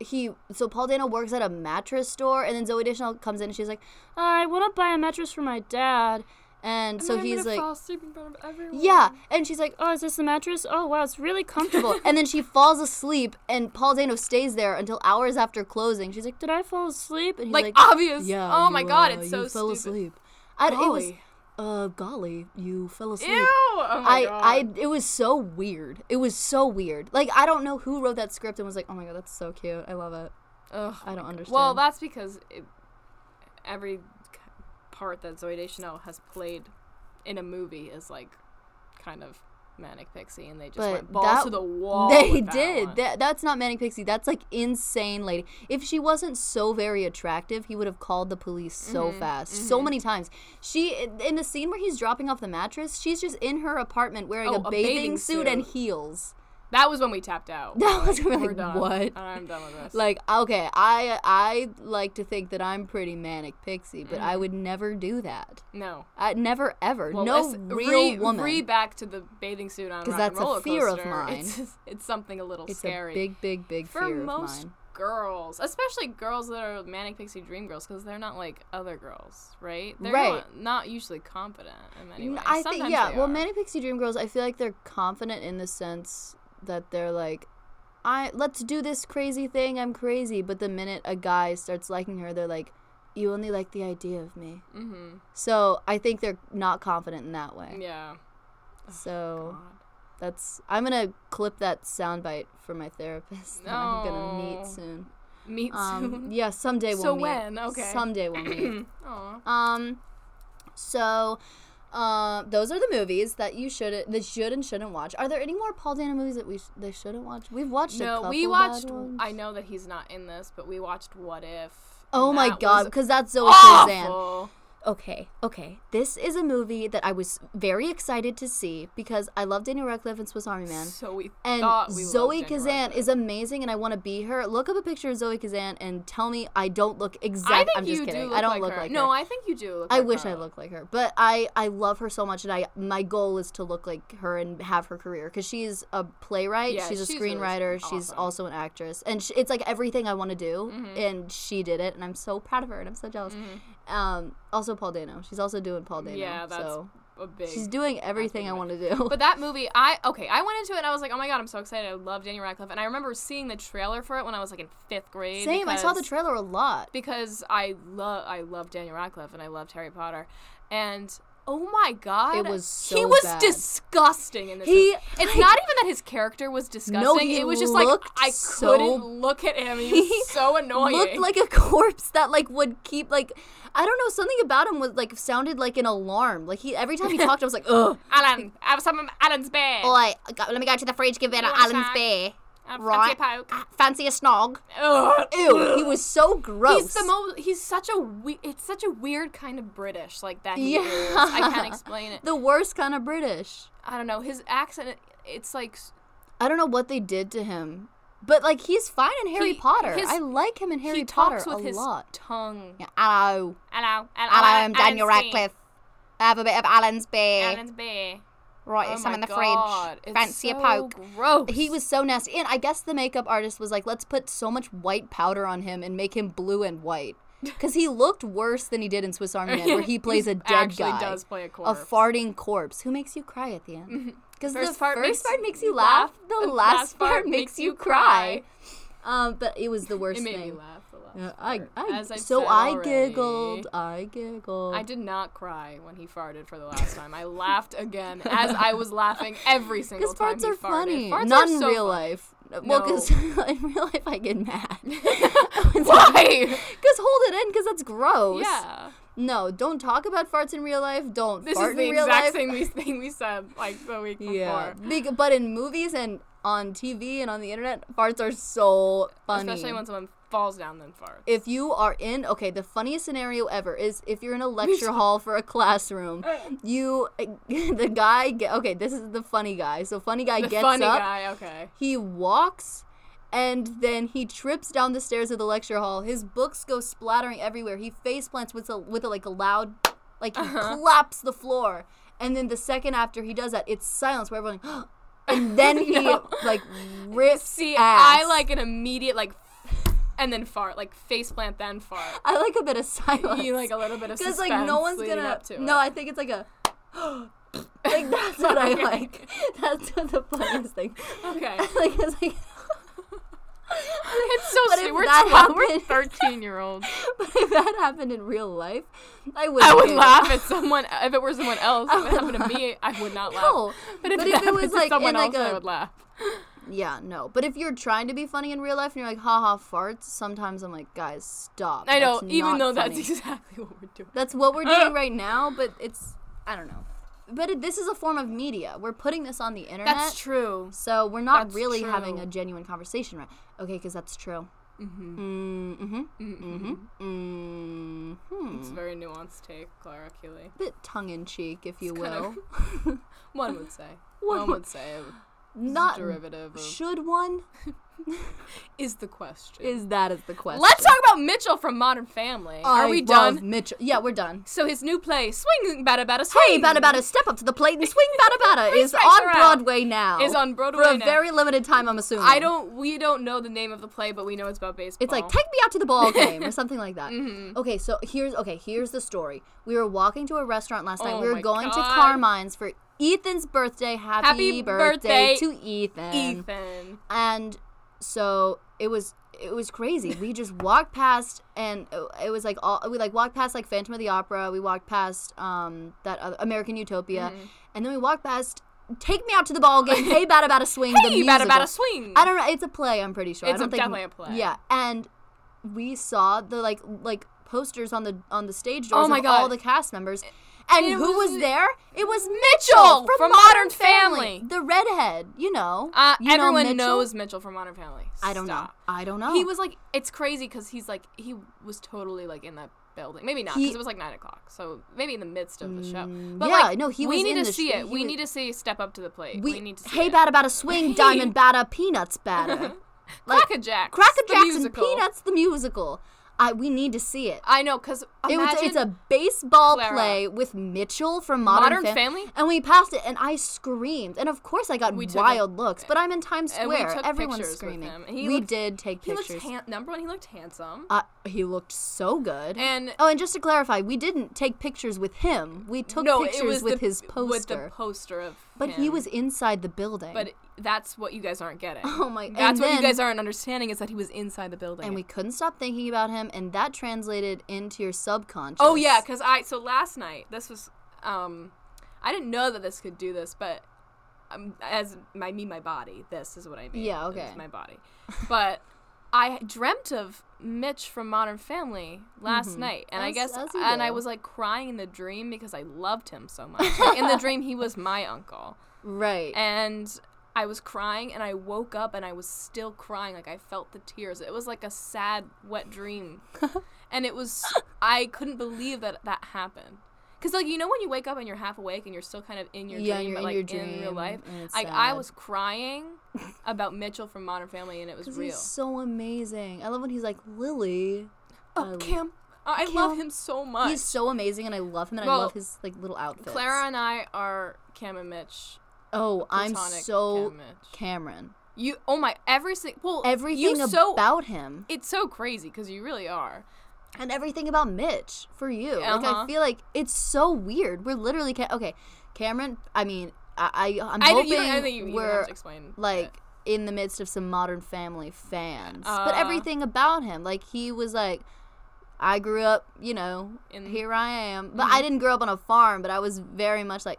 Speaker 1: he so Paul Dano works at a mattress store and then Zoe Deschanel comes in and she's like, "I want to buy a mattress for my dad." And so
Speaker 2: I'm
Speaker 1: he's
Speaker 2: gonna
Speaker 1: like
Speaker 2: fall asleep in front of everyone.
Speaker 1: Yeah, and she's like, "Oh, is this the mattress? Oh, wow, it's really comfortable." and then she falls asleep, and Paul Dano stays there until hours after closing. She's like, "Did I fall asleep?" And he's
Speaker 2: like,
Speaker 1: like,
Speaker 2: obvious.
Speaker 1: "Yeah."
Speaker 2: oh my
Speaker 1: you,
Speaker 2: god,
Speaker 1: uh,
Speaker 2: it's
Speaker 1: you
Speaker 2: so
Speaker 1: fell
Speaker 2: stupid.
Speaker 1: asleep. I, it was,
Speaker 2: Golly.
Speaker 1: uh, golly, you fell asleep.
Speaker 2: Ew. Oh my
Speaker 1: I,
Speaker 2: god.
Speaker 1: I, it was so weird. It was so weird. Like I don't know who wrote that script and was like, "Oh my god, that's so cute. I love it."
Speaker 2: Ugh.
Speaker 1: I don't understand.
Speaker 2: Well, that's because it, every k- part that Zoe Deschanel has played in a movie is like kind of manic pixie, and they just
Speaker 1: But
Speaker 2: went balls
Speaker 1: that-
Speaker 2: to the wall.
Speaker 1: They
Speaker 2: with that
Speaker 1: did.
Speaker 2: one.
Speaker 1: That, that's not Manic Pixie. That's like insane lady. If she wasn't so very attractive, he would have called the police so
Speaker 2: Mm-hmm.
Speaker 1: fast, so many times. She in the scene where he's dropping off the mattress, she's just in her apartment wearing
Speaker 2: Oh,
Speaker 1: a, bathing suit and
Speaker 2: suit.
Speaker 1: heels.
Speaker 2: That was when we tapped out.
Speaker 1: That was
Speaker 2: We're
Speaker 1: really
Speaker 2: done.
Speaker 1: what?
Speaker 2: I'm done with this.
Speaker 1: Like okay, I I like to think that I'm pretty Manic Pixie, but
Speaker 2: Mm-hmm.
Speaker 1: I would never do that.
Speaker 2: no.
Speaker 1: I Uh, never ever.
Speaker 2: Well,
Speaker 1: no
Speaker 2: let's
Speaker 1: real
Speaker 2: re,
Speaker 1: woman.
Speaker 2: Re back to the bathing suit on
Speaker 1: 'Cause
Speaker 2: rock
Speaker 1: that's a
Speaker 2: and roller
Speaker 1: fear of
Speaker 2: coaster.
Speaker 1: mine.
Speaker 2: It's, it's something a little
Speaker 1: it's a
Speaker 2: scary.
Speaker 1: big, big, big
Speaker 2: for
Speaker 1: fear
Speaker 2: most
Speaker 1: of mine.
Speaker 2: girls, especially girls that are manic pixie dream girls, because they're not like other girls, right? They're
Speaker 1: Right.
Speaker 2: Not, not usually confident in many
Speaker 1: N-
Speaker 2: ways.
Speaker 1: I think
Speaker 2: Sometimes
Speaker 1: yeah.
Speaker 2: they
Speaker 1: Well,
Speaker 2: are.
Speaker 1: Manic Pixie Dream Girls, I feel like they're confident in the sense that they're like, I let's do this crazy thing. I'm crazy. But the minute a guy starts liking her, they're like, you only like the idea of me.
Speaker 2: Mm-hmm.
Speaker 1: So I think they're not confident in that way.
Speaker 2: Yeah. Oh,
Speaker 1: So
Speaker 2: God.
Speaker 1: that's I'm gonna clip that soundbite for my therapist that I'm gonna
Speaker 2: No.
Speaker 1: meet soon.
Speaker 2: Meet
Speaker 1: Um,
Speaker 2: soon.
Speaker 1: yeah, someday we'll
Speaker 2: So
Speaker 1: meet.
Speaker 2: when? Okay.
Speaker 1: Someday we'll meet.
Speaker 2: Aw.
Speaker 1: Um, so, uh, those are the movies that you should that should and shouldn't watch. Are there any more Paul Dano movies that we sh- they shouldn't watch? We've watched. a
Speaker 2: No,
Speaker 1: couple
Speaker 2: we
Speaker 1: bad
Speaker 2: watched.
Speaker 1: ones.
Speaker 2: I know that he's not in this, but we watched What If.
Speaker 1: Oh
Speaker 2: and
Speaker 1: my
Speaker 2: that
Speaker 1: god,
Speaker 2: was
Speaker 1: because that's Zoe Kazan.
Speaker 2: Awful.
Speaker 1: okay, okay. This is a movie that I was very excited to see because I love Daniel Radcliffe in Swiss Army Man.
Speaker 2: So we
Speaker 1: And
Speaker 2: thought we loved
Speaker 1: Zoe
Speaker 2: Daniel
Speaker 1: Kazan
Speaker 2: Radcliffe.
Speaker 1: is amazing, and I want to be her. Look up a picture of Zoe Kazan and tell me I don't look exactly.
Speaker 2: I think
Speaker 1: am
Speaker 2: you
Speaker 1: just kidding.
Speaker 2: do. Look
Speaker 1: I don't
Speaker 2: like
Speaker 1: look
Speaker 2: her.
Speaker 1: like
Speaker 2: No,
Speaker 1: her.
Speaker 2: I think you do. Look
Speaker 1: I,
Speaker 2: like uh,
Speaker 1: wish
Speaker 2: her.
Speaker 1: I looked like her, but I I love her so much, and I my goal is to look like her and have her career because she's a playwright,
Speaker 2: Yeah,
Speaker 1: she's a
Speaker 2: she's really
Speaker 1: screenwriter, she's
Speaker 2: awesome. Mm-hmm.
Speaker 1: also an actress, and sh it's like everything I want to do, and she did it, and I'm so proud of her, and I'm so jealous. Um, also Paul Dano, she's also doing Paul Dano,
Speaker 2: Yeah, that's
Speaker 1: so
Speaker 2: a big.
Speaker 1: she's doing everything I want to do.
Speaker 2: But that movie, I okay, I went into it and I was like, oh my god, I'm so excited. I love Daniel Radcliffe, and I remember seeing the trailer for it when I was like in fifth grade.
Speaker 1: Same, I saw the
Speaker 2: because-
Speaker 1: trailer a lot.
Speaker 2: because I love I love Daniel Radcliffe and I loved Harry Potter, and oh my god,
Speaker 1: It was
Speaker 2: he
Speaker 1: so
Speaker 2: was
Speaker 1: bad.
Speaker 2: disgusting in this.
Speaker 1: He-
Speaker 2: movie. it's not even that his character was disgusting.
Speaker 1: he
Speaker 2: it was just like
Speaker 1: looked
Speaker 2: I
Speaker 1: so-
Speaker 2: couldn't look at him. He was so annoying.
Speaker 1: Looked like a corpse that like would keep like I don't know something about him was like sounded like an alarm. Like he every time he talked, I was like, ugh.
Speaker 2: Alan. I have some of Alan's bed.
Speaker 1: Boy, let me go to the fridge, give it an
Speaker 2: One
Speaker 1: Alan's
Speaker 2: sec.
Speaker 1: beer.
Speaker 2: I have
Speaker 1: right.
Speaker 2: fancy poke.
Speaker 1: Ah, Fancy a snog.
Speaker 2: Ugh.
Speaker 1: Ew, he was so gross.
Speaker 2: He's the most. He's such a. We- it's such a weird kind of British like that. He
Speaker 1: Yeah.
Speaker 2: is. I can't explain it.
Speaker 1: The worst kind of British.
Speaker 2: I don't know his accent. It's like s-
Speaker 1: I don't know what they did to him, but like he's fine in Harry
Speaker 2: He-
Speaker 1: Potter.
Speaker 2: his-
Speaker 1: I like him in Harry
Speaker 2: he
Speaker 1: Potter
Speaker 2: talks with
Speaker 1: a
Speaker 2: his
Speaker 1: lot.
Speaker 2: tongue.
Speaker 1: Yeah, hello,
Speaker 2: Hello, hello,
Speaker 1: hello, I'm Daniel
Speaker 2: Alan's bed.
Speaker 1: Radcliffe. I have a bit of Alan's beer.
Speaker 2: Alan's beer.
Speaker 1: right,
Speaker 2: Oh
Speaker 1: it's some
Speaker 2: my
Speaker 1: in the
Speaker 2: God,
Speaker 1: fridge.
Speaker 2: it's
Speaker 1: Fancy a
Speaker 2: so
Speaker 1: poke.
Speaker 2: Gross.
Speaker 1: He was so nasty. And I guess the makeup artist was like, let's put so much white powder on him and make him blue and white. Because he looked worse than he did in Swiss Army Man, where he plays a dead
Speaker 2: actually
Speaker 1: guy.
Speaker 2: does play a
Speaker 1: a
Speaker 2: corpse.
Speaker 1: farting corpse who makes you cry at the end. Because the
Speaker 2: First part
Speaker 1: first
Speaker 2: makes
Speaker 1: part makes you
Speaker 2: you
Speaker 1: laugh,
Speaker 2: laugh,
Speaker 1: the
Speaker 2: the
Speaker 1: last part makes you cry. Um, but it was the worst
Speaker 2: It made me
Speaker 1: thing.
Speaker 2: laugh a lot.
Speaker 1: Uh, I, I,
Speaker 2: As I've
Speaker 1: so
Speaker 2: said
Speaker 1: I
Speaker 2: already.
Speaker 1: giggled. I giggled.
Speaker 2: I did not cry when he farted for the last time. I laughed again as I was laughing every single
Speaker 1: Because
Speaker 2: time.
Speaker 1: farts
Speaker 2: he
Speaker 1: are funny.
Speaker 2: farted. Farts
Speaker 1: Not
Speaker 2: are
Speaker 1: in
Speaker 2: so
Speaker 1: real
Speaker 2: fun-
Speaker 1: life. Well,
Speaker 2: No.
Speaker 1: because in real life I get mad.
Speaker 2: Why?
Speaker 1: Because hold it in, because that's gross.
Speaker 2: Yeah.
Speaker 1: No, don't talk about farts in real life. Don't
Speaker 2: This
Speaker 1: fart
Speaker 2: is the
Speaker 1: in real
Speaker 2: exact
Speaker 1: life.
Speaker 2: same we- thing we said like the week before.
Speaker 1: Yeah, big, but in movies and on TV and on the internet, farts are so funny.
Speaker 2: Especially when someone falls down then farts.
Speaker 1: if you are in okay, the funniest scenario ever is if you're in a lecture hall for a classroom, you the guy get okay. This is the funny guy. So funny guy
Speaker 2: the
Speaker 1: gets
Speaker 2: funny
Speaker 1: up.
Speaker 2: guy, okay.
Speaker 1: He walks and then he trips down the stairs of the lecture hall. His books go splattering everywhere. He face plants with a with a, like a loud like he
Speaker 2: Uh-huh.
Speaker 1: claps the floor. And then the second after he does that, it's silence where everyone and then he
Speaker 2: No.
Speaker 1: like rips
Speaker 2: See,
Speaker 1: ass.
Speaker 2: I like an immediate like, and then fart, like face plant, then fart.
Speaker 1: I like a bit of silence.
Speaker 2: You like a little bit of
Speaker 1: Because
Speaker 2: suspense.
Speaker 1: like no one's
Speaker 2: leading
Speaker 1: gonna.
Speaker 2: Up to
Speaker 1: no,
Speaker 2: it.
Speaker 1: I think it's like a. like that's what I
Speaker 2: Okay.
Speaker 1: like. That's what the funniest thing.
Speaker 2: Okay.
Speaker 1: like it's like.
Speaker 2: It's so
Speaker 1: But
Speaker 2: sweet.
Speaker 1: if
Speaker 2: We're
Speaker 1: that
Speaker 2: 12, we're
Speaker 1: happened-
Speaker 2: 13 year olds.
Speaker 1: But if that happened in real life, I would.
Speaker 2: I would
Speaker 1: giggle.
Speaker 2: laugh at someone. If it were someone else,
Speaker 1: I
Speaker 2: if it
Speaker 1: would
Speaker 2: happened to me, I would not laugh.
Speaker 1: No,
Speaker 2: But if,
Speaker 1: but if
Speaker 2: it,
Speaker 1: it
Speaker 2: happened
Speaker 1: was
Speaker 2: to
Speaker 1: like in
Speaker 2: someone
Speaker 1: like
Speaker 2: else, I
Speaker 1: a-
Speaker 2: would laugh.
Speaker 1: Yeah, no. But if you're trying to be funny in real life and you're like, haha, farts, sometimes I'm like, guys, stop.
Speaker 2: I know,
Speaker 1: That's
Speaker 2: even
Speaker 1: not
Speaker 2: though
Speaker 1: funny."
Speaker 2: that's exactly what we're doing.
Speaker 1: That's what we're doing right now, but it's. I don't know. But it, this is a form of media. We're putting this on the internet.
Speaker 2: That's true.
Speaker 1: So we're not
Speaker 2: That's
Speaker 1: really having
Speaker 2: true.
Speaker 1: a genuine conversation, right? Okay, because that's true. Mm-hmm. Mm-hmm. Mm-hmm.
Speaker 2: It's
Speaker 1: Mm-hmm.
Speaker 2: a very nuanced take, Clara Keeley.
Speaker 1: Bit tongue in cheek, if you
Speaker 2: It's kind
Speaker 1: will.
Speaker 2: of- One would say.
Speaker 1: One
Speaker 2: One,
Speaker 1: would- Uh,
Speaker 2: would say. it was a
Speaker 1: Not
Speaker 2: derivative of.
Speaker 1: should one
Speaker 2: Is the question.
Speaker 1: is that is the question.
Speaker 2: Let's talk about Mitchell from Modern Family.
Speaker 1: I
Speaker 2: Are we
Speaker 1: love
Speaker 2: done?
Speaker 1: Mitchell. Yeah, we're done.
Speaker 2: So his new play, Swing Bada Bada Swing,
Speaker 1: Hey, Bada Bada, step up to the plate and swing Bada Bada
Speaker 2: Three
Speaker 1: is
Speaker 2: strikes
Speaker 1: on
Speaker 2: you're out.
Speaker 1: Broadway now.
Speaker 2: is on Broadway
Speaker 1: for a
Speaker 2: now.
Speaker 1: very limited time, I'm assuming.
Speaker 2: I don't. We don't know the name of the play, but we know it's about baseball.
Speaker 1: It's like take me out to the ball game or something like that.
Speaker 2: Mm-hmm.
Speaker 1: Okay, so here's okay. Here's the story. We were walking to a restaurant last night.
Speaker 2: Oh
Speaker 1: We were
Speaker 2: my
Speaker 1: going to
Speaker 2: God.
Speaker 1: Carmine's for Ethan's birthday. Happy,
Speaker 2: Happy
Speaker 1: birthday,
Speaker 2: birthday,
Speaker 1: to Ethan.
Speaker 2: Ethan.
Speaker 1: And so it was it was crazy. We just walked past and it- it was like all we like walked past like Phantom of the Opera. We walked past um that other, American Utopia,
Speaker 2: Mm-hmm.
Speaker 1: and then we walked past. Take me out to the ball game. Hey, bad about a swing. the
Speaker 2: Hey, Bada
Speaker 1: musical.
Speaker 2: Bada Swing.
Speaker 1: I don't know. It's a play. I'm pretty sure. I
Speaker 2: It's
Speaker 1: don't
Speaker 2: a-
Speaker 1: think,
Speaker 2: definitely a play.
Speaker 1: Yeah, and we saw the like like posters on the on the stage doors
Speaker 2: Oh my
Speaker 1: of
Speaker 2: God.
Speaker 1: all the cast members. And
Speaker 2: it
Speaker 1: who
Speaker 2: was-
Speaker 1: was, there? It was
Speaker 2: Mitchell
Speaker 1: Mitchell from,
Speaker 2: from Modern
Speaker 1: Modern Family.
Speaker 2: Family.
Speaker 1: the redhead. You know,
Speaker 2: Uh,
Speaker 1: You know
Speaker 2: everyone
Speaker 1: Mitchell?
Speaker 2: knows Mitchell from Modern Family.
Speaker 1: I don't
Speaker 2: Stop.
Speaker 1: know. I don't know. Oh.
Speaker 2: He was like, it's crazy because he's like, he was totally like in that building. Maybe not because
Speaker 1: He-
Speaker 2: it was like nine o'clock, so maybe in the midst of the show.
Speaker 1: Mm,
Speaker 2: But
Speaker 1: yeah,
Speaker 2: like,
Speaker 1: no, he
Speaker 2: we
Speaker 1: was
Speaker 2: need
Speaker 1: in
Speaker 2: to
Speaker 1: the sh-
Speaker 2: see it.
Speaker 1: he
Speaker 2: We
Speaker 1: was-
Speaker 2: need to see step up to the plate. We, need to see
Speaker 1: hey
Speaker 2: it.
Speaker 1: bada bada swing diamond bada peanuts bada like
Speaker 2: Crackerjacks,
Speaker 1: Cracker
Speaker 2: the
Speaker 1: Jackson
Speaker 2: musical.
Speaker 1: Peanuts the musical. I we need to see it.
Speaker 2: I know because
Speaker 1: It
Speaker 2: imagine
Speaker 1: was, it's a baseball
Speaker 2: Clara.
Speaker 1: play with Mitchell from Modern,
Speaker 2: Modern
Speaker 1: Fam-
Speaker 2: Family.
Speaker 1: and we passed it, and I screamed, and of course I got
Speaker 2: We took a-
Speaker 1: wild looks. But I'm in Times
Speaker 2: and we
Speaker 1: Square.
Speaker 2: took
Speaker 1: Everyone's
Speaker 2: pictures with
Speaker 1: screaming.
Speaker 2: him, and he
Speaker 1: we
Speaker 2: looked-
Speaker 1: did take
Speaker 2: He
Speaker 1: pictures.
Speaker 2: looked han- number one. He looked handsome.
Speaker 1: uh, he looked so good.
Speaker 2: And-
Speaker 1: oh, and just to clarify, we didn't take pictures with him. We took
Speaker 2: no,
Speaker 1: pictures
Speaker 2: it was
Speaker 1: with
Speaker 2: the,
Speaker 1: his
Speaker 2: With
Speaker 1: poster.
Speaker 2: the poster of.
Speaker 1: but he
Speaker 2: him.
Speaker 1: was inside the building.
Speaker 2: But that's what you guys aren't getting.
Speaker 1: oh my!
Speaker 2: That's
Speaker 1: and
Speaker 2: what you
Speaker 1: then-
Speaker 2: guys aren't understanding is that he was inside the building.
Speaker 1: And we couldn't stop thinking about him, and that translated into your subconscious.
Speaker 2: Oh yeah, cause I so last night this was um, I didn't know that this could do this, but um, as my me my body, this is what I mean.
Speaker 1: Yeah,
Speaker 2: It was
Speaker 1: okay.
Speaker 2: my body, but I dreamt of Mitch from Modern Family last night, and I
Speaker 1: Mm-hmm. As-
Speaker 2: guess
Speaker 1: as you
Speaker 2: and I
Speaker 1: do.
Speaker 2: was like crying in the dream because I loved him so much. Like, in the dream, he was my uncle,
Speaker 1: right.
Speaker 2: and. I was crying and I woke up and I was still crying. Like I felt the tears. It was like a sad, wet dream and it was I couldn't believe that that happened. Cause like you know when you wake up and you're half awake and you're still kind of in your
Speaker 1: Yeah,
Speaker 2: dream,
Speaker 1: you're
Speaker 2: but
Speaker 1: in
Speaker 2: like
Speaker 1: your
Speaker 2: in real
Speaker 1: dream,
Speaker 2: life.
Speaker 1: and it's
Speaker 2: Like I
Speaker 1: sad.
Speaker 2: was crying about Mitchell from Modern Family, and it was
Speaker 1: Because
Speaker 2: real.
Speaker 1: he's so amazing. I love when he's like Lily.
Speaker 2: oh,
Speaker 1: I-
Speaker 2: Kim, Oh, I love
Speaker 1: Kim.
Speaker 2: him so much.
Speaker 1: He's so amazing, and I love him, and
Speaker 2: Well,
Speaker 1: I love his like little outfits.
Speaker 2: Clara and I are Cam and Mitch.
Speaker 1: Oh, I'm
Speaker 2: platonic
Speaker 1: so
Speaker 2: Cam and Mitch.
Speaker 1: Cameron.
Speaker 2: You, oh my, every single well,
Speaker 1: Everything
Speaker 2: you so,
Speaker 1: about him,
Speaker 2: It's so crazy because you really are.
Speaker 1: and everything about Mitch for you. Like
Speaker 2: Uh-huh.
Speaker 1: I feel like it's so weird. We're literally ca- okay, Cameron. I mean, I, I I'm
Speaker 2: I don't,
Speaker 1: hoping
Speaker 2: you don't, I don't think you even have
Speaker 1: we're
Speaker 2: to explain.
Speaker 1: like in the midst of some modern family fans
Speaker 2: Uh.
Speaker 1: but everything about him like he was like i grew up you know
Speaker 2: In- Mm-hmm.
Speaker 1: here i am but i didn't grow up on a farm but i was very much like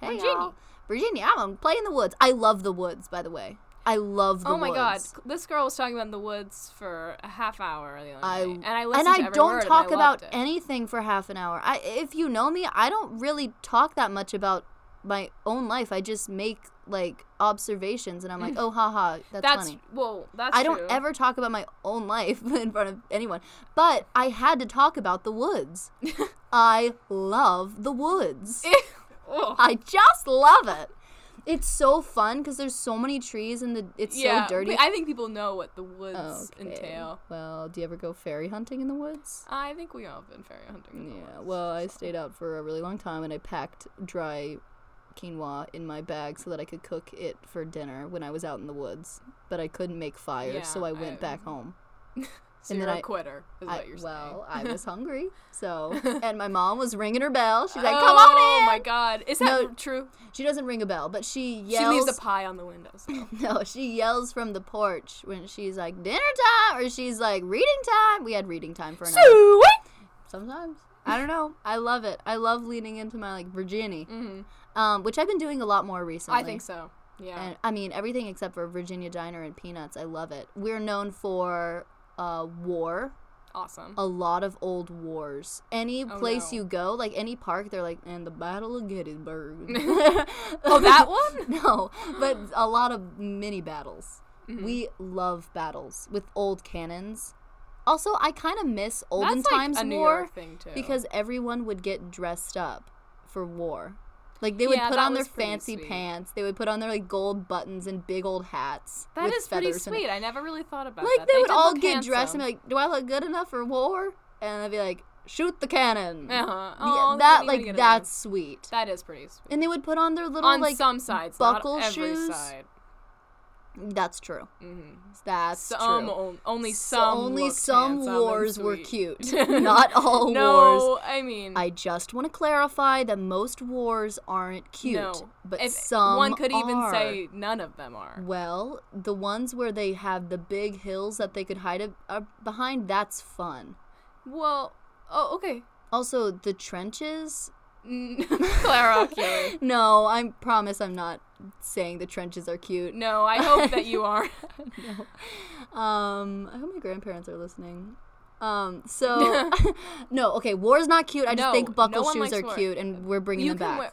Speaker 1: hey
Speaker 2: Virginia.
Speaker 1: virginia virginia i'm gonna play in the woods i love the woods by the way i love the
Speaker 2: Oh my god,
Speaker 1: woods.
Speaker 2: this girl was talking about the woods for a half hour the other
Speaker 1: I,
Speaker 2: night, and I listened
Speaker 1: and
Speaker 2: to
Speaker 1: I
Speaker 2: every
Speaker 1: don't
Speaker 2: word
Speaker 1: talk
Speaker 2: and I loved
Speaker 1: about
Speaker 2: it.
Speaker 1: anything for half an hour. I, if you know me, I don't really talk that much about my own life. I just make like observations, and I'm like, oh, haha, that's,
Speaker 2: Mm. That's
Speaker 1: funny.
Speaker 2: well, that's
Speaker 1: I don't
Speaker 2: true.
Speaker 1: ever talk about my own life in front of anyone, but I had to talk about the woods. I love the woods.
Speaker 2: Ugh.
Speaker 1: I just love it. It's so fun because there's so many trees and the it's
Speaker 2: yeah,
Speaker 1: so dirty.
Speaker 2: but I think people know what the woods
Speaker 1: Okay.
Speaker 2: entail.
Speaker 1: Well, do you ever go fairy hunting in the woods?
Speaker 2: I think we all have been fairy hunting. in the
Speaker 1: Yeah.
Speaker 2: woods.
Speaker 1: Well, I stayed out for a really long time and I packed dry quinoa in my bag so that I could cook it for dinner when I was out in the woods, but I couldn't make fire,
Speaker 2: Yeah,
Speaker 1: so I went
Speaker 2: I-
Speaker 1: back home.
Speaker 2: so
Speaker 1: and
Speaker 2: you're
Speaker 1: then
Speaker 2: a
Speaker 1: I-
Speaker 2: quitter, is
Speaker 1: I-
Speaker 2: what you're
Speaker 1: well,
Speaker 2: saying.
Speaker 1: I was hungry, so and my mom was ringing her bell. She's like,
Speaker 2: oh,
Speaker 1: "Come on in."
Speaker 2: my god, is that
Speaker 1: No,
Speaker 2: true?
Speaker 1: She doesn't ring a bell, but she
Speaker 2: She
Speaker 1: yells.
Speaker 2: leaves a pie on the windows.
Speaker 1: no, she yells from the porch when she's like dinner time, or she's like reading time. We had reading time for an hour sometimes. I don't know. I love it. I love leaning into my like Virginia,
Speaker 2: mm-hmm.
Speaker 1: um, which I've been doing a lot more recently.
Speaker 2: I think so. Yeah.
Speaker 1: And I mean everything except for Virginia Diner and Peanuts. I love it. We're known for uh, war
Speaker 2: awesome.
Speaker 1: a lot of old wars. Any
Speaker 2: Oh,
Speaker 1: place
Speaker 2: no.
Speaker 1: you go, like any park, they're like, and the Battle of Gettysburg.
Speaker 2: Oh, that one?
Speaker 1: no, but a lot of mini battles.
Speaker 2: Mm-hmm.
Speaker 1: We love battles with old cannons. Also, I kind of miss olden
Speaker 2: That's
Speaker 1: times
Speaker 2: like a New
Speaker 1: war
Speaker 2: York thing too.
Speaker 1: because everyone would get dressed up for war. Like they would
Speaker 2: Yeah,
Speaker 1: put
Speaker 2: that
Speaker 1: on their
Speaker 2: was pretty
Speaker 1: fancy
Speaker 2: sweet.
Speaker 1: pants. They would put on their like gold buttons and big old hats.
Speaker 2: That
Speaker 1: with
Speaker 2: is pretty
Speaker 1: feathers in it.
Speaker 2: sweet. I never really thought about
Speaker 1: Like
Speaker 2: that.
Speaker 1: they, would
Speaker 2: did
Speaker 1: all
Speaker 2: look
Speaker 1: get dressed and be
Speaker 2: handsome.
Speaker 1: like, "Do I look good enough for war?" And I'd be like, "Shoot the cannon."
Speaker 2: Uh-huh.
Speaker 1: Yeah,
Speaker 2: Oh, they
Speaker 1: that
Speaker 2: didn't even
Speaker 1: like
Speaker 2: get it
Speaker 1: that's sweet.
Speaker 2: that is pretty sweet.
Speaker 1: And they would put on their little
Speaker 2: On
Speaker 1: like
Speaker 2: some sides,
Speaker 1: buckle
Speaker 2: not every
Speaker 1: shoes.
Speaker 2: side.
Speaker 1: that's true.
Speaker 2: Mhm.
Speaker 1: That's
Speaker 2: Some
Speaker 1: true.
Speaker 2: on- only
Speaker 1: So
Speaker 2: some
Speaker 1: only
Speaker 2: looked
Speaker 1: some
Speaker 2: handsome and
Speaker 1: wars were
Speaker 2: sweet.
Speaker 1: cute. Not all wars.
Speaker 2: No, I mean
Speaker 1: I just want to clarify that most wars aren't cute,
Speaker 2: no.
Speaker 1: but
Speaker 2: if
Speaker 1: some
Speaker 2: one could even
Speaker 1: are.
Speaker 2: say none of them are.
Speaker 1: Well, the ones where they have the big hills that they could hide a, uh behind, that's fun.
Speaker 2: Well, oh okay.
Speaker 1: Also, the trenches
Speaker 2: N- Clara Ocular.
Speaker 1: No, I promise I'm not saying the trenches are cute.
Speaker 2: No, I hope that you are.
Speaker 1: Um, I hope my grandparents are listening. Um, so no, okay, war's not cute. I just
Speaker 2: No,
Speaker 1: think buckle
Speaker 2: no one
Speaker 1: shoes
Speaker 2: likes
Speaker 1: are
Speaker 2: war.
Speaker 1: cute, and we're bringing
Speaker 2: you
Speaker 1: them back.
Speaker 2: wear.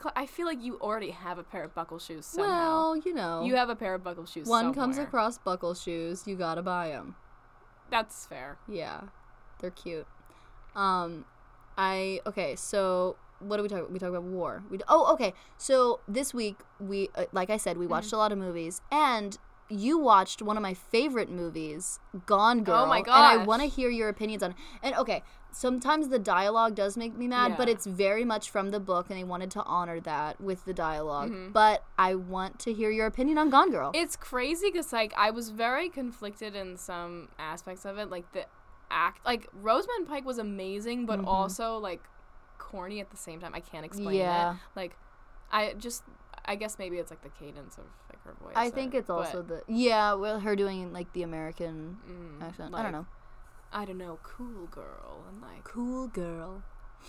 Speaker 2: Cla- I feel like you already have a pair of buckle shoes somehow.
Speaker 1: well, you know,
Speaker 2: you have a pair of buckle shoes.
Speaker 1: one comes
Speaker 2: somewhere.
Speaker 1: across buckle shoes, you gotta buy them.
Speaker 2: That's fair.
Speaker 1: Yeah, they're cute. Um, I okay. So what do we talk? about? We talk about war. We d- oh okay. So this week we uh, like I said we watched
Speaker 2: Mm-hmm.
Speaker 1: a lot of movies and. You watched one of my favorite movies, Gone Girl.
Speaker 2: Oh my
Speaker 1: And I
Speaker 2: gosh.
Speaker 1: want to hear your opinions on. And okay, sometimes the dialogue does make me mad, but
Speaker 2: Yeah.
Speaker 1: it's very much from the book, and they wanted to honor that with the dialog
Speaker 2: Mhm.
Speaker 1: But I want to hear your opinion on Gone Girl.
Speaker 2: It's crazy because like I was very conflicted in some aspects of it, like the act, like Rosamund Pike was amazing, but
Speaker 1: Mhm.
Speaker 2: also like corny at the same time. I can't explain
Speaker 1: Yeah.
Speaker 2: it. Like I just, I guess maybe it's like the cadence of like her voice.
Speaker 1: I think
Speaker 2: or-
Speaker 1: it's also
Speaker 2: but,
Speaker 1: the yeah, well, her doing like the American
Speaker 2: mm,
Speaker 1: accent. I
Speaker 2: like,
Speaker 1: don't know.
Speaker 2: I don't know, cool girl, and like
Speaker 1: Cool girl.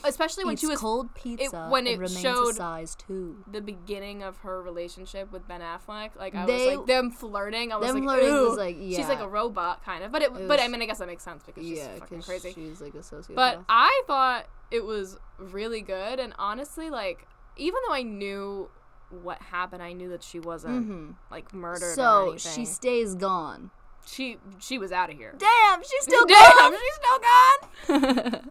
Speaker 2: especially when
Speaker 1: Eats
Speaker 2: she was
Speaker 1: cold pizza
Speaker 2: when
Speaker 1: and
Speaker 2: it
Speaker 1: remains a
Speaker 2: showed-
Speaker 1: size two.
Speaker 2: the beginning of her relationship with Ben Affleck. Like I
Speaker 1: They-
Speaker 2: was like them flirting. I was
Speaker 1: Them
Speaker 2: like,
Speaker 1: flirting
Speaker 2: Ooh.
Speaker 1: was like yeah.
Speaker 2: she's like a robot kind of. But it,
Speaker 1: It
Speaker 2: but I
Speaker 1: was-
Speaker 2: mean, I guess that makes sense because she's
Speaker 1: yeah,
Speaker 2: fucking
Speaker 1: 'cause
Speaker 2: crazy.
Speaker 1: She's like a sociopath.
Speaker 2: But I thought it was really good, and honestly, like even though I knew what happened, I knew that she wasn't
Speaker 1: Mhm.
Speaker 2: like murdered. or
Speaker 1: so
Speaker 2: anything.
Speaker 1: she stays gone.
Speaker 2: she she was out of here.
Speaker 1: Damn, she's still
Speaker 2: Damn,
Speaker 1: gone.
Speaker 2: she's still gone.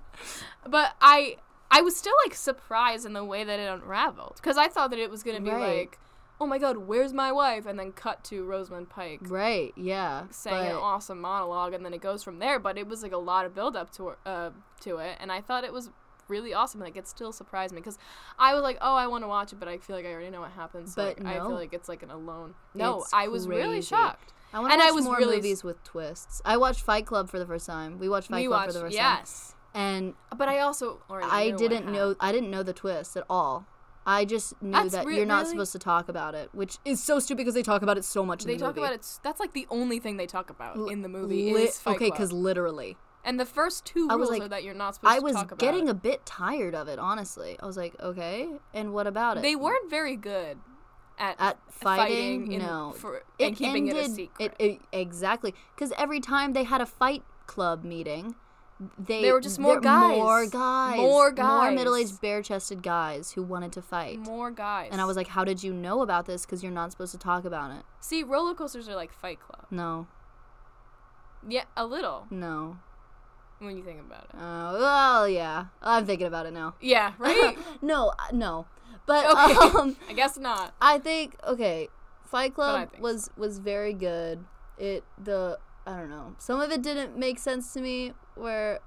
Speaker 2: But I I was still like surprised in the way that it unraveled because I thought that it was gonna be
Speaker 1: Right.
Speaker 2: like, oh my god, where's my wife? And then cut to Rosamund Pike.
Speaker 1: right? Yeah.
Speaker 2: Saying an
Speaker 1: but-
Speaker 2: awesome monologue, and then it goes from there. But it was like a lot of build up to uh, to it, and I thought it was really awesome. Like it still surprised me because I was like, oh, I want to watch it, but I feel like I already know what happens. So,
Speaker 1: But
Speaker 2: like, I
Speaker 1: no.
Speaker 2: feel like it's like an alone. No,
Speaker 1: It's
Speaker 2: I was really
Speaker 1: crazy.
Speaker 2: shocked.
Speaker 1: I want to
Speaker 2: and I
Speaker 1: watch
Speaker 2: was
Speaker 1: more
Speaker 2: really s-
Speaker 1: movies with twists. I watched Fight Club for the first time. We watched Fight
Speaker 2: we
Speaker 1: Club
Speaker 2: watched
Speaker 1: for the first time,
Speaker 2: yes,
Speaker 1: and
Speaker 2: but I also already
Speaker 1: I
Speaker 2: knew what
Speaker 1: didn't know.
Speaker 2: happened.
Speaker 1: I didn't know the twist at all. I just knew
Speaker 2: That's
Speaker 1: that
Speaker 2: re-
Speaker 1: you're not
Speaker 2: really-
Speaker 1: supposed to talk about it, which is so stupid because they talk about it so much.
Speaker 2: They
Speaker 1: in the
Speaker 2: talk
Speaker 1: movie.
Speaker 2: about it. s- That's like the only thing they talk about in the movie
Speaker 1: Li-
Speaker 2: is Fight
Speaker 1: okay,
Speaker 2: Club.
Speaker 1: because literally,
Speaker 2: and the first two
Speaker 1: I was
Speaker 2: rules
Speaker 1: like-
Speaker 2: are that you're not supposed
Speaker 1: I
Speaker 2: to
Speaker 1: was
Speaker 2: talk about
Speaker 1: getting
Speaker 2: it.
Speaker 1: a bit tired of it. Honestly, I was like, okay, and what about it?
Speaker 2: They weren't very good at
Speaker 1: at fighting.
Speaker 2: in-
Speaker 1: no,
Speaker 2: for,
Speaker 1: it
Speaker 2: and keeping
Speaker 1: ended,
Speaker 2: it a secret.
Speaker 1: It, it- exactly because every time they had a fight club meeting, they
Speaker 2: There were just more
Speaker 1: there-
Speaker 2: guys.
Speaker 1: more guys,
Speaker 2: More
Speaker 1: more
Speaker 2: guys.
Speaker 1: middle-aged, bare-chested guys who wanted to fight.
Speaker 2: More guys.
Speaker 1: And I was like, how did you know about this? Because you're not supposed to talk about it.
Speaker 2: see, roller coasters are like Fight Club.
Speaker 1: No,
Speaker 2: Yeah, a little
Speaker 1: no.
Speaker 2: when you think about it.
Speaker 1: Uh, well, yeah. I'm thinking about it now.
Speaker 2: Yeah, right.
Speaker 1: no, uh, no. But
Speaker 2: Okay.
Speaker 1: um,
Speaker 2: I guess not.
Speaker 1: I think okay, Fight
Speaker 2: I
Speaker 1: Club
Speaker 2: think
Speaker 1: was was very good. It the I don't know. Some of it didn't make sense to me. Where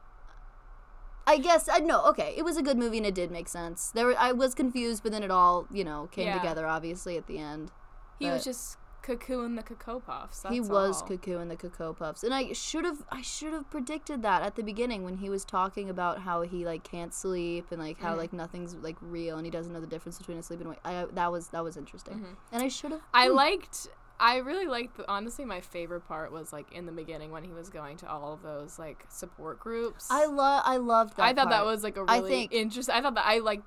Speaker 1: I guess I know. Okay, it was a good movie and it did make sense. There were, I was confused, but then it all you know came
Speaker 2: Yeah.
Speaker 1: together. Obviously at the end,
Speaker 2: He was
Speaker 1: But-
Speaker 2: just cuckooing the cocoa puffs. That's
Speaker 1: he was
Speaker 2: all.
Speaker 1: cuckoo in the cocoa puffs, and I should have I should have predicted that at the beginning when he was talking about how he like can't sleep and like how
Speaker 2: Mhm.
Speaker 1: like nothing's like real and he doesn't know the difference between a sleep and wake. I, that was that was interesting,
Speaker 2: Mhm.
Speaker 1: and I should have.
Speaker 2: I liked. I really liked. The, honestly, my favorite part was like in the beginning when he was going to all of those like support groups.
Speaker 1: I love I loved that.
Speaker 2: I thought that
Speaker 1: part.
Speaker 2: was like a
Speaker 1: I
Speaker 2: really
Speaker 1: think-
Speaker 2: interesting. I thought that I like.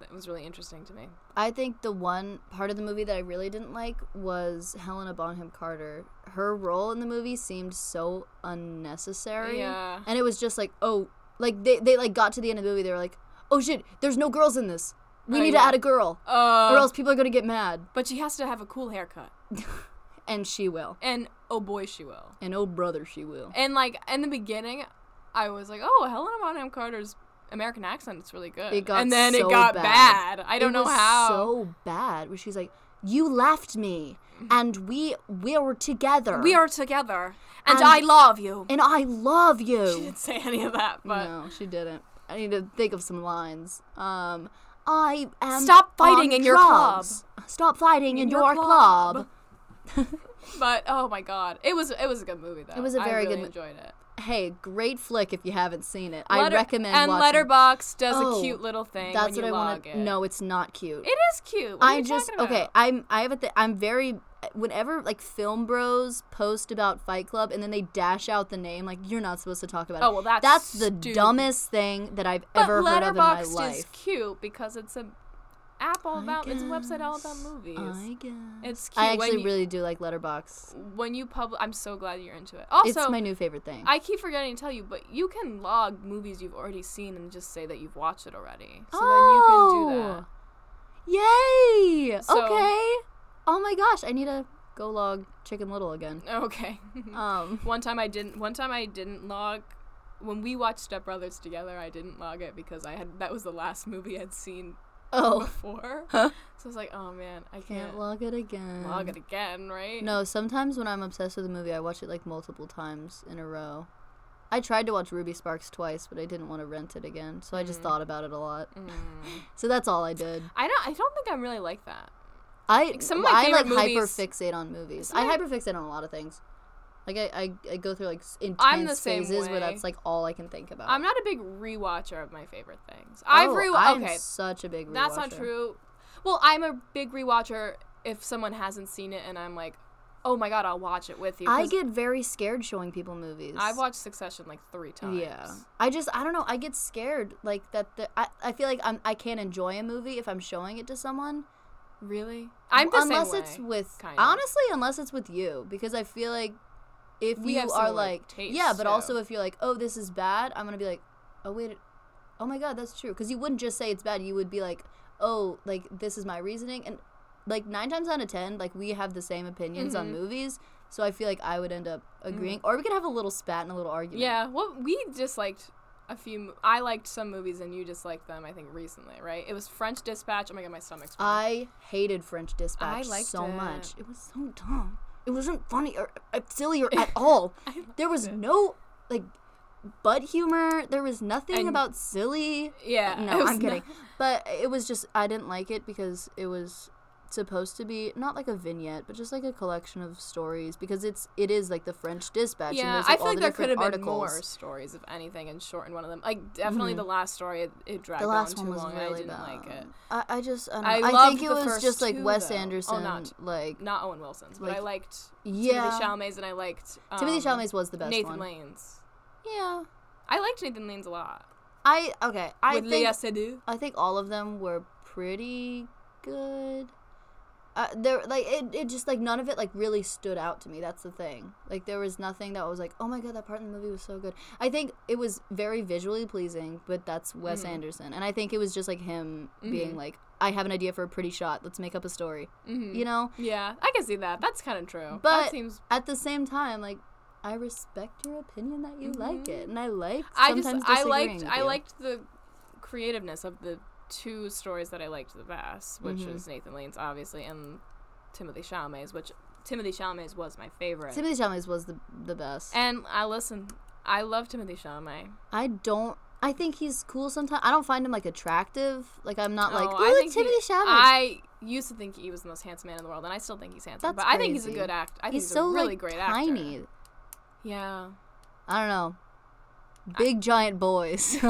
Speaker 2: That was really interesting to me.
Speaker 1: I think the one part of the movie that I really didn't like was Helena Bonham Carter. Her role in the movie seemed so unnecessary.
Speaker 2: Yeah.
Speaker 1: And it was just like, oh, like they, they like got to the end of the movie, they were like, oh shit, there's no girls in this. We
Speaker 2: Oh,
Speaker 1: need to
Speaker 2: yeah.
Speaker 1: add a girl, or
Speaker 2: Uh,
Speaker 1: else people are gonna get mad.
Speaker 2: but she has to have a cool haircut,
Speaker 1: And she will.
Speaker 2: and oh boy, she will.
Speaker 1: And oh brother, she will.
Speaker 2: And like in the beginning, I was like, "Oh, Helena Bonham Carter's American accent is really good."
Speaker 1: It got
Speaker 2: and then
Speaker 1: so
Speaker 2: it got
Speaker 1: bad.
Speaker 2: bad. I don't
Speaker 1: it
Speaker 2: know
Speaker 1: was
Speaker 2: how.
Speaker 1: So bad. Where she's like, you left me, and we we were together.
Speaker 2: Mm-hmm. we are together, and,
Speaker 1: And-
Speaker 2: I love you.
Speaker 1: and I love you.
Speaker 2: She didn't say any of that, but
Speaker 1: no, she didn't. I need to think of some lines. Um, I am.
Speaker 2: Stop fighting
Speaker 1: on
Speaker 2: in your
Speaker 1: drugs. Stop fighting in,
Speaker 2: In
Speaker 1: your,
Speaker 2: your
Speaker 1: club.
Speaker 2: club. but oh my god, it was it was a good movie though. It
Speaker 1: was a very
Speaker 2: I really
Speaker 1: good mo-
Speaker 2: Enjoyed it.
Speaker 1: Hey, great flick if you haven't seen it. I
Speaker 2: Letter-
Speaker 1: recommend
Speaker 2: And
Speaker 1: watching.
Speaker 2: Letterbox does
Speaker 1: Oh,
Speaker 2: a cute little thing.
Speaker 1: That's what
Speaker 2: when
Speaker 1: I
Speaker 2: you
Speaker 1: want
Speaker 2: log
Speaker 1: to.
Speaker 2: in.
Speaker 1: No, it's not cute.
Speaker 2: it is cute. What are
Speaker 1: I
Speaker 2: you
Speaker 1: just
Speaker 2: talking
Speaker 1: okay.
Speaker 2: about?
Speaker 1: I'm I have a th- I'm very whenever like film bros post about Fight Club and then they dash out the name, like you're not supposed to talk about
Speaker 2: Oh,
Speaker 1: it.
Speaker 2: well, that's
Speaker 1: that's the
Speaker 2: stupid.
Speaker 1: dumbest thing that I've
Speaker 2: But
Speaker 1: ever heard of in my
Speaker 2: Letterboxd
Speaker 1: life.
Speaker 2: is cute because it's a app all
Speaker 1: I
Speaker 2: about it's a website all about
Speaker 1: guess.
Speaker 2: movies.
Speaker 1: I guess.
Speaker 2: It's cute.
Speaker 1: I
Speaker 2: when
Speaker 1: actually
Speaker 2: you,
Speaker 1: really do like Letterbox.
Speaker 2: when you publish. I'm so glad you're into it. Also,
Speaker 1: it's my new favorite thing.
Speaker 2: I keep forgetting to tell you, but you can log movies you've already seen and just say that you've watched it already. So then you can do
Speaker 1: Oh!
Speaker 2: that.
Speaker 1: Yay!
Speaker 2: So-
Speaker 1: okay. Oh my gosh, I need to go log Chicken Little again.
Speaker 2: Okay.
Speaker 1: Um,
Speaker 2: one time I didn't. One time I didn't log. When we watched Step Brothers together, I didn't log it because I had that was the last movie I'd seen
Speaker 1: oh,
Speaker 2: before. so
Speaker 1: Huh.
Speaker 2: I was like, oh man, I can't,
Speaker 1: can't log it again.
Speaker 2: log it again, right?
Speaker 1: No, sometimes when I'm obsessed with a movie, I watch it like multiple times in a row. I tried to watch Ruby Sparks twice, but I didn't want to rent it again, so I
Speaker 2: Mm.
Speaker 1: just thought about it a lot. so that's all I did.
Speaker 2: I don't. I don't think I'm really like that.
Speaker 1: I
Speaker 2: some of my
Speaker 1: I like
Speaker 2: favorite
Speaker 1: hyper
Speaker 2: movies-
Speaker 1: fixate on movies.
Speaker 2: Some of
Speaker 1: I
Speaker 2: my-
Speaker 1: hyper fixate on a lot of things. Like I, I, I go through like s- intense
Speaker 2: I'm the same
Speaker 1: phases
Speaker 2: way.
Speaker 1: where that's like all I can think about.
Speaker 2: I'm not a big rewatcher of my favorite things. I've
Speaker 1: Oh,
Speaker 2: re.
Speaker 1: I'm
Speaker 2: Okay,
Speaker 1: such a big. Rewatcher.
Speaker 2: that's not true. Well, I'm a big rewatcher if someone hasn't seen it, and I'm like, oh my god, I'll watch it with you.
Speaker 1: I
Speaker 2: 'cause
Speaker 1: get very scared showing people movies.
Speaker 2: I've watched Succession like three times.
Speaker 1: Yeah, I just I don't know. I get scared like that. The, I I feel like I'm I can't enjoy a movie if I'm showing it to someone.
Speaker 2: Really? I'm the
Speaker 1: unless
Speaker 2: same
Speaker 1: it's
Speaker 2: way.
Speaker 1: with
Speaker 2: kinda.
Speaker 1: honestly, unless it's with you, because I feel like if
Speaker 2: We
Speaker 1: you
Speaker 2: have
Speaker 1: are
Speaker 2: similar
Speaker 1: like
Speaker 2: tastes,
Speaker 1: yeah, but
Speaker 2: too.
Speaker 1: also if you're like oh this is bad, I'm gonna be like oh wait, oh my god that's true because you wouldn't just say it's bad. You would be like oh like this is my reasoning and like nine times out of ten like we have the same opinions on
Speaker 2: Mhm.
Speaker 1: movies. So I feel like I would end up agreeing,
Speaker 2: Mm.
Speaker 1: or we could have a little spat and a little argument.
Speaker 2: Yeah. Well, we just liked a few. mo- I liked some movies, and you just liked them. I think recently, right? It was French Dispatch. Oh my god, my stomach's. Fine.
Speaker 1: I hated French Dispatch
Speaker 2: liked
Speaker 1: so
Speaker 2: it.
Speaker 1: much. It was so dumb. It wasn't funny or uh, silly or at all. there was no like butt humor. There was nothing
Speaker 2: And-
Speaker 1: about silly.
Speaker 2: yeah. it
Speaker 1: No,
Speaker 2: was
Speaker 1: I'm kidding.
Speaker 2: not-
Speaker 1: But it was just I didn't like it because it was supposed to be not like a vignette, but just like a collection of stories because it's it is like the French Dispatch. and
Speaker 2: Yeah,
Speaker 1: there's,
Speaker 2: I
Speaker 1: like,
Speaker 2: feel
Speaker 1: all
Speaker 2: like
Speaker 1: the
Speaker 2: there could have
Speaker 1: different
Speaker 2: been
Speaker 1: articles. Mm-hmm.
Speaker 2: more stories if anything and shortened one of them. Like definitely the last story, it, it dragged
Speaker 1: The last
Speaker 2: on
Speaker 1: one
Speaker 2: too
Speaker 1: was
Speaker 2: long. and I
Speaker 1: really
Speaker 2: didn't
Speaker 1: bad.
Speaker 2: like it.
Speaker 1: I, I just I, don't
Speaker 2: I
Speaker 1: know. I
Speaker 2: loved
Speaker 1: think it
Speaker 2: the
Speaker 1: was
Speaker 2: first
Speaker 1: just like
Speaker 2: two,
Speaker 1: Wes
Speaker 2: though. Oh,
Speaker 1: Anderson,
Speaker 2: not-
Speaker 1: like
Speaker 2: Not Owen Wilson's, but I
Speaker 1: Like,
Speaker 2: liked
Speaker 1: yeah.
Speaker 2: Timothy Chalamet's and I liked um,
Speaker 1: Timothy Chalamet's was the best
Speaker 2: Nathan
Speaker 1: one.
Speaker 2: Lane's.
Speaker 1: Yeah.
Speaker 2: I liked Nathan Lane's a lot.
Speaker 1: I okay. I
Speaker 2: With
Speaker 1: think
Speaker 2: Lea Seydoux.
Speaker 1: I think all of them were pretty good. Uh, there like it, it just like none of it like really stood out to me that's the thing like there was nothing that was like oh my god that part in the movie was so good i think it was very visually pleasing but that's wes
Speaker 2: Mm-hmm.
Speaker 1: anderson and i think it was just like him being like i have an idea for a pretty shot let's make up a story
Speaker 2: Mhm.
Speaker 1: you know
Speaker 2: Yeah, I can see that. That's kind of true.
Speaker 1: But
Speaker 2: that seems.
Speaker 1: at the same time like i respect your opinion that you like it and i like
Speaker 2: Mm-hmm. I just
Speaker 1: sometimes
Speaker 2: I
Speaker 1: disagreeing
Speaker 2: liked
Speaker 1: with
Speaker 2: I
Speaker 1: you.
Speaker 2: liked the creativeness of the two stories that I liked the best, which
Speaker 1: Mhm.
Speaker 2: is Nathan Lane's obviously and Timothy Chalamet's, which Timothy Chalamet's was my favorite.
Speaker 1: timothy chalamet was the, the best
Speaker 2: And I listen, I love Timothy Chalamet.
Speaker 1: I don't. I think he's cool sometimes. I don't find him like attractive. Like I'm not like
Speaker 2: Oh,
Speaker 1: oh, look,
Speaker 2: he-
Speaker 1: Timothy Chalamet.
Speaker 2: I used to think he was the most handsome man in the world, and I still think he's handsome.
Speaker 1: That's
Speaker 2: but I think he's a
Speaker 1: crazy.
Speaker 2: good actor. I think
Speaker 1: he's,
Speaker 2: he's,
Speaker 1: so
Speaker 2: a really
Speaker 1: like
Speaker 2: great
Speaker 1: tiny.
Speaker 2: actor. Yeah.
Speaker 1: I don't know. Big giant boys.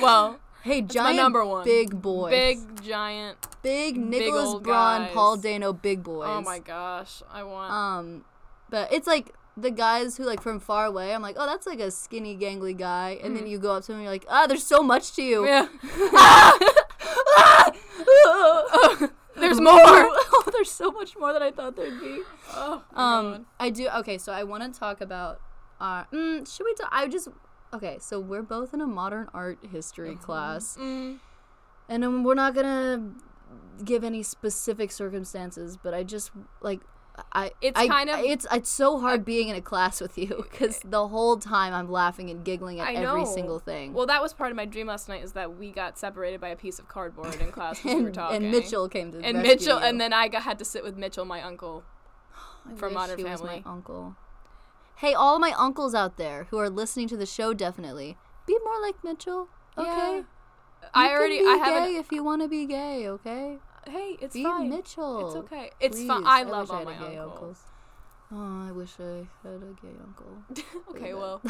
Speaker 2: Well,
Speaker 1: hey,
Speaker 2: my
Speaker 1: giant
Speaker 2: number one.
Speaker 1: big boys.
Speaker 2: big giant.
Speaker 1: big Nicholas
Speaker 2: old
Speaker 1: Braun,
Speaker 2: guys.
Speaker 1: Paul Dano, big boys.
Speaker 2: Oh my gosh, I want.
Speaker 1: Um, but it's like the guys who like from far away. I'm like, oh, that's like a skinny, gangly guy. And
Speaker 2: Mm.
Speaker 1: then you go up to him and you're like, ah, there's so much to you.
Speaker 2: yeah.
Speaker 1: there's more. oh, there's so much more than I thought there'd be.
Speaker 2: Oh, my God.
Speaker 1: Um, I do. Okay, so I want to talk about our. Mm, should we talk? I just. Okay, so we're both in a modern art history class,
Speaker 2: Mm.
Speaker 1: and um, we're not gonna give any specific circumstances, but I just like. I
Speaker 2: It's
Speaker 1: I-
Speaker 2: kind of-
Speaker 1: it's it's so hard being in a class with you because the whole time I'm laughing and giggling at
Speaker 2: I
Speaker 1: every
Speaker 2: know.
Speaker 1: single thing.
Speaker 2: Well, that was part of my dream last night. Is that we got separated by a piece of cardboard in class when we
Speaker 1: and,
Speaker 2: were talking.
Speaker 1: and Mitchell came to
Speaker 2: And
Speaker 1: rescue
Speaker 2: Mitchell,
Speaker 1: you.
Speaker 2: and then I got, had to sit with Mitchell, my uncle.
Speaker 1: I
Speaker 2: from
Speaker 1: wish
Speaker 2: Modern
Speaker 1: he was
Speaker 2: Family.
Speaker 1: my uncle. Hey, all my uncles out there who are listening to the show, definitely be more like Mitchell. Okay,
Speaker 2: Yeah. I
Speaker 1: You
Speaker 2: already,
Speaker 1: Can be
Speaker 2: I
Speaker 1: gay
Speaker 2: haven't.
Speaker 1: if you want to be gay, okay?
Speaker 2: Hey, it's
Speaker 1: be
Speaker 2: fine.
Speaker 1: Mitchell.
Speaker 2: It's okay. It's fine.
Speaker 1: Please.
Speaker 2: I love
Speaker 1: wish
Speaker 2: all
Speaker 1: had a
Speaker 2: my
Speaker 1: gay
Speaker 2: uncles.
Speaker 1: Oh, I wish I had a gay uncle.
Speaker 2: Okay,
Speaker 1: bad.
Speaker 2: well,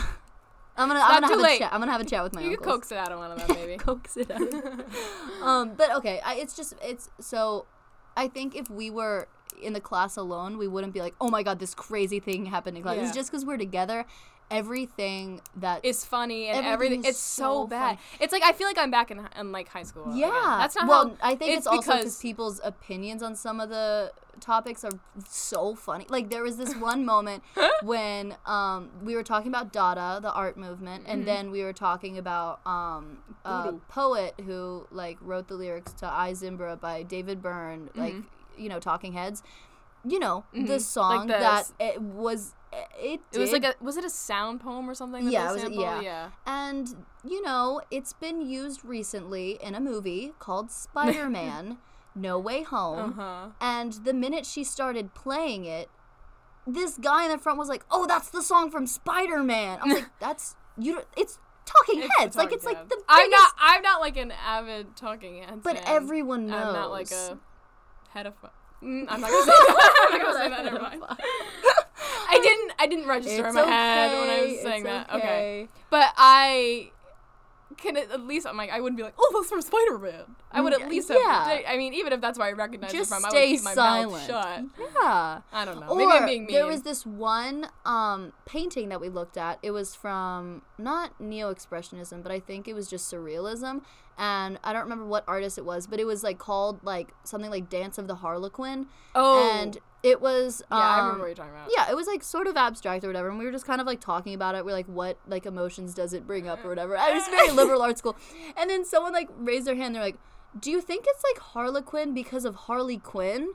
Speaker 1: I'm gonna,
Speaker 2: not
Speaker 1: I'm gonna
Speaker 2: too
Speaker 1: have
Speaker 2: late.
Speaker 1: a chat. I'm gonna have a chat with my
Speaker 2: you could
Speaker 1: uncles.
Speaker 2: coax it out of one of them, maybe.
Speaker 1: coax it out. um, but okay, I, it's just it's so. I think if we were in the class alone, we wouldn't be like, oh my god, this crazy thing happened in class. It's
Speaker 2: Yeah.
Speaker 1: just because we're together. Everything that
Speaker 2: It's funny and
Speaker 1: Everything
Speaker 2: everything.
Speaker 1: is
Speaker 2: It's so,
Speaker 1: so
Speaker 2: bad. It's like I feel like I'm back in, hi- in like high school. again.
Speaker 1: yeah,
Speaker 2: that's not
Speaker 1: well.
Speaker 2: how.
Speaker 1: I think
Speaker 2: it's
Speaker 1: it's, also because
Speaker 2: because-
Speaker 1: people's opinions on some of the topics are so funny. Like there was this one moment when um, we were talking about Dada, the art movement,
Speaker 2: Mm-hmm.
Speaker 1: and then we were talking about um, a
Speaker 2: Voodoo.
Speaker 1: poet who like wrote the lyrics to "I Zimbra" by David Byrne,
Speaker 2: Mm-hmm.
Speaker 1: like you know Talking Heads. You know the song
Speaker 2: the
Speaker 1: that
Speaker 2: s-
Speaker 1: it was. It,
Speaker 2: It was like
Speaker 1: did
Speaker 2: a was it a sound poem or something? that
Speaker 1: Yeah,
Speaker 2: they
Speaker 1: it was-
Speaker 2: sampled?
Speaker 1: yeah.
Speaker 2: yeah.
Speaker 1: and, you know, it's been used recently in a movie called Spider Man No Way
Speaker 2: Uh
Speaker 1: Home.
Speaker 2: huh.
Speaker 1: And the minute she started playing it, this guy in the front was like, "Oh, that's the song from Spider Man." I'm like, "That's you. don't- It's Talking
Speaker 2: It's the
Speaker 1: Heads. like
Speaker 2: Talking
Speaker 1: it's like
Speaker 2: Heads.
Speaker 1: the biggest."
Speaker 2: I'm not. I'm not like an avid talking heads.
Speaker 1: but
Speaker 2: fan.
Speaker 1: everyone knows.
Speaker 2: I'm not like a pedophile. Mm, I'm not gonna say that. I'm not gonna say that. Never mind. I didn't. I didn't
Speaker 1: It's
Speaker 2: register in my head when I was
Speaker 1: okay,
Speaker 2: saying
Speaker 1: it's
Speaker 2: that. Okay, but I can at at least. I'm like, I wouldn't be like, oh, that's from Spider Man. I would
Speaker 1: Yeah.
Speaker 2: at least. Have,
Speaker 1: Mm, Yeah.
Speaker 2: I mean, even if that's where I recognize
Speaker 1: Just
Speaker 2: it from, I
Speaker 1: stay
Speaker 2: would keep my
Speaker 1: silent.
Speaker 2: mouth shut.
Speaker 1: Yeah.
Speaker 2: I don't know.
Speaker 1: Or
Speaker 2: Maybe I'm being mean.
Speaker 1: there was this one um, painting that we looked at. It was from not neo-expressionism, but I think it was just surrealism. And I don't remember what artist it was, but it was like called like something like Dance of the Harlequin.
Speaker 2: oh,
Speaker 1: And it was
Speaker 2: yeah, I remember
Speaker 1: um,
Speaker 2: what you're talking about.
Speaker 1: yeah, it was like sort of abstract or whatever, and we were just kind of like talking about it. We're like, what like emotions does it bring up or whatever. I was very liberal art school, and then someone like raised their hand. They're like, do you think it's like Harlequin because of Harley Quinn?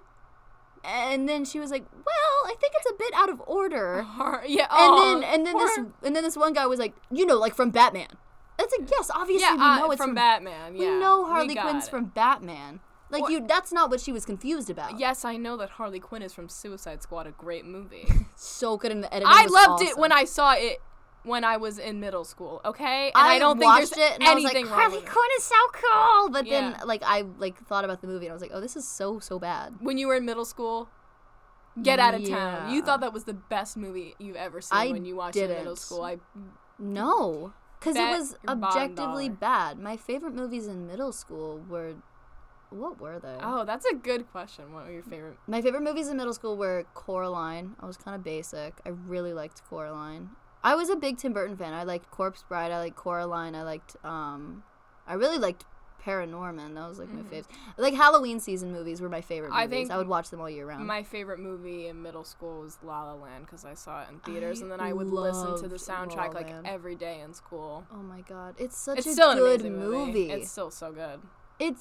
Speaker 1: And then she was like, well, I think it's a bit out of order.
Speaker 2: Har- yeah.
Speaker 1: And
Speaker 2: oh,
Speaker 1: then and then this
Speaker 2: poor-
Speaker 1: and then this one guy was like, you know, like from Batman. That's like yes, obviously
Speaker 2: yeah,
Speaker 1: we
Speaker 2: uh,
Speaker 1: know it's
Speaker 2: from,
Speaker 1: from,
Speaker 2: Batman.
Speaker 1: We
Speaker 2: Yeah,
Speaker 1: know Harley
Speaker 2: got
Speaker 1: Quinn's
Speaker 2: it.
Speaker 1: from Batman. Like
Speaker 2: Or-
Speaker 1: you, that's not what she was confused about.
Speaker 2: Yes, I know that Harley Quinn is from Suicide Squad, a great movie.
Speaker 1: So good in the editing.
Speaker 2: I
Speaker 1: was
Speaker 2: loved it
Speaker 1: awesome.
Speaker 2: when I saw it when I was in middle school. Okay, and
Speaker 1: I,
Speaker 2: I, don't think
Speaker 1: watched
Speaker 2: there's
Speaker 1: it and
Speaker 2: anything
Speaker 1: I was like,
Speaker 2: wrong
Speaker 1: Harley
Speaker 2: with it.
Speaker 1: Quinn is so cool. But
Speaker 2: Yeah.
Speaker 1: then, like, I like thought about the movie and I was like, oh, this is so so bad.
Speaker 2: When you were in middle school, Get Out of Town. You
Speaker 1: Yeah.
Speaker 2: thought that was the best movie you've ever seen
Speaker 1: I
Speaker 2: when you watched it in middle
Speaker 1: didn't.
Speaker 2: school. I
Speaker 1: No, because it
Speaker 2: Bet
Speaker 1: was
Speaker 2: your bottom
Speaker 1: objectively
Speaker 2: dollar.
Speaker 1: bad. My favorite movies in middle school were, what were they?
Speaker 2: oh, that's a good question. What were your favorite?
Speaker 1: My favorite movies in middle school were Coraline. I was kind of basic. I really liked Coraline. I was a big Tim Burton fan. I liked Corpse Bride. I liked Coraline. I liked um, I really liked Paranorman. That was like my faves. Like Halloween season movies were my favorite. Movies.
Speaker 2: Mm-hmm. I
Speaker 1: I
Speaker 2: think
Speaker 1: would watch them all year round.
Speaker 2: My favorite movie in middle school was La La Land because I saw it in theaters, and then I would listen to the
Speaker 1: loved La
Speaker 2: soundtrack
Speaker 1: La
Speaker 2: like
Speaker 1: Land.
Speaker 2: every day in school.
Speaker 1: Oh my god, it's such
Speaker 2: it's
Speaker 1: a
Speaker 2: still
Speaker 1: good
Speaker 2: an amazing
Speaker 1: movie.
Speaker 2: It's
Speaker 1: It's,
Speaker 2: still so good.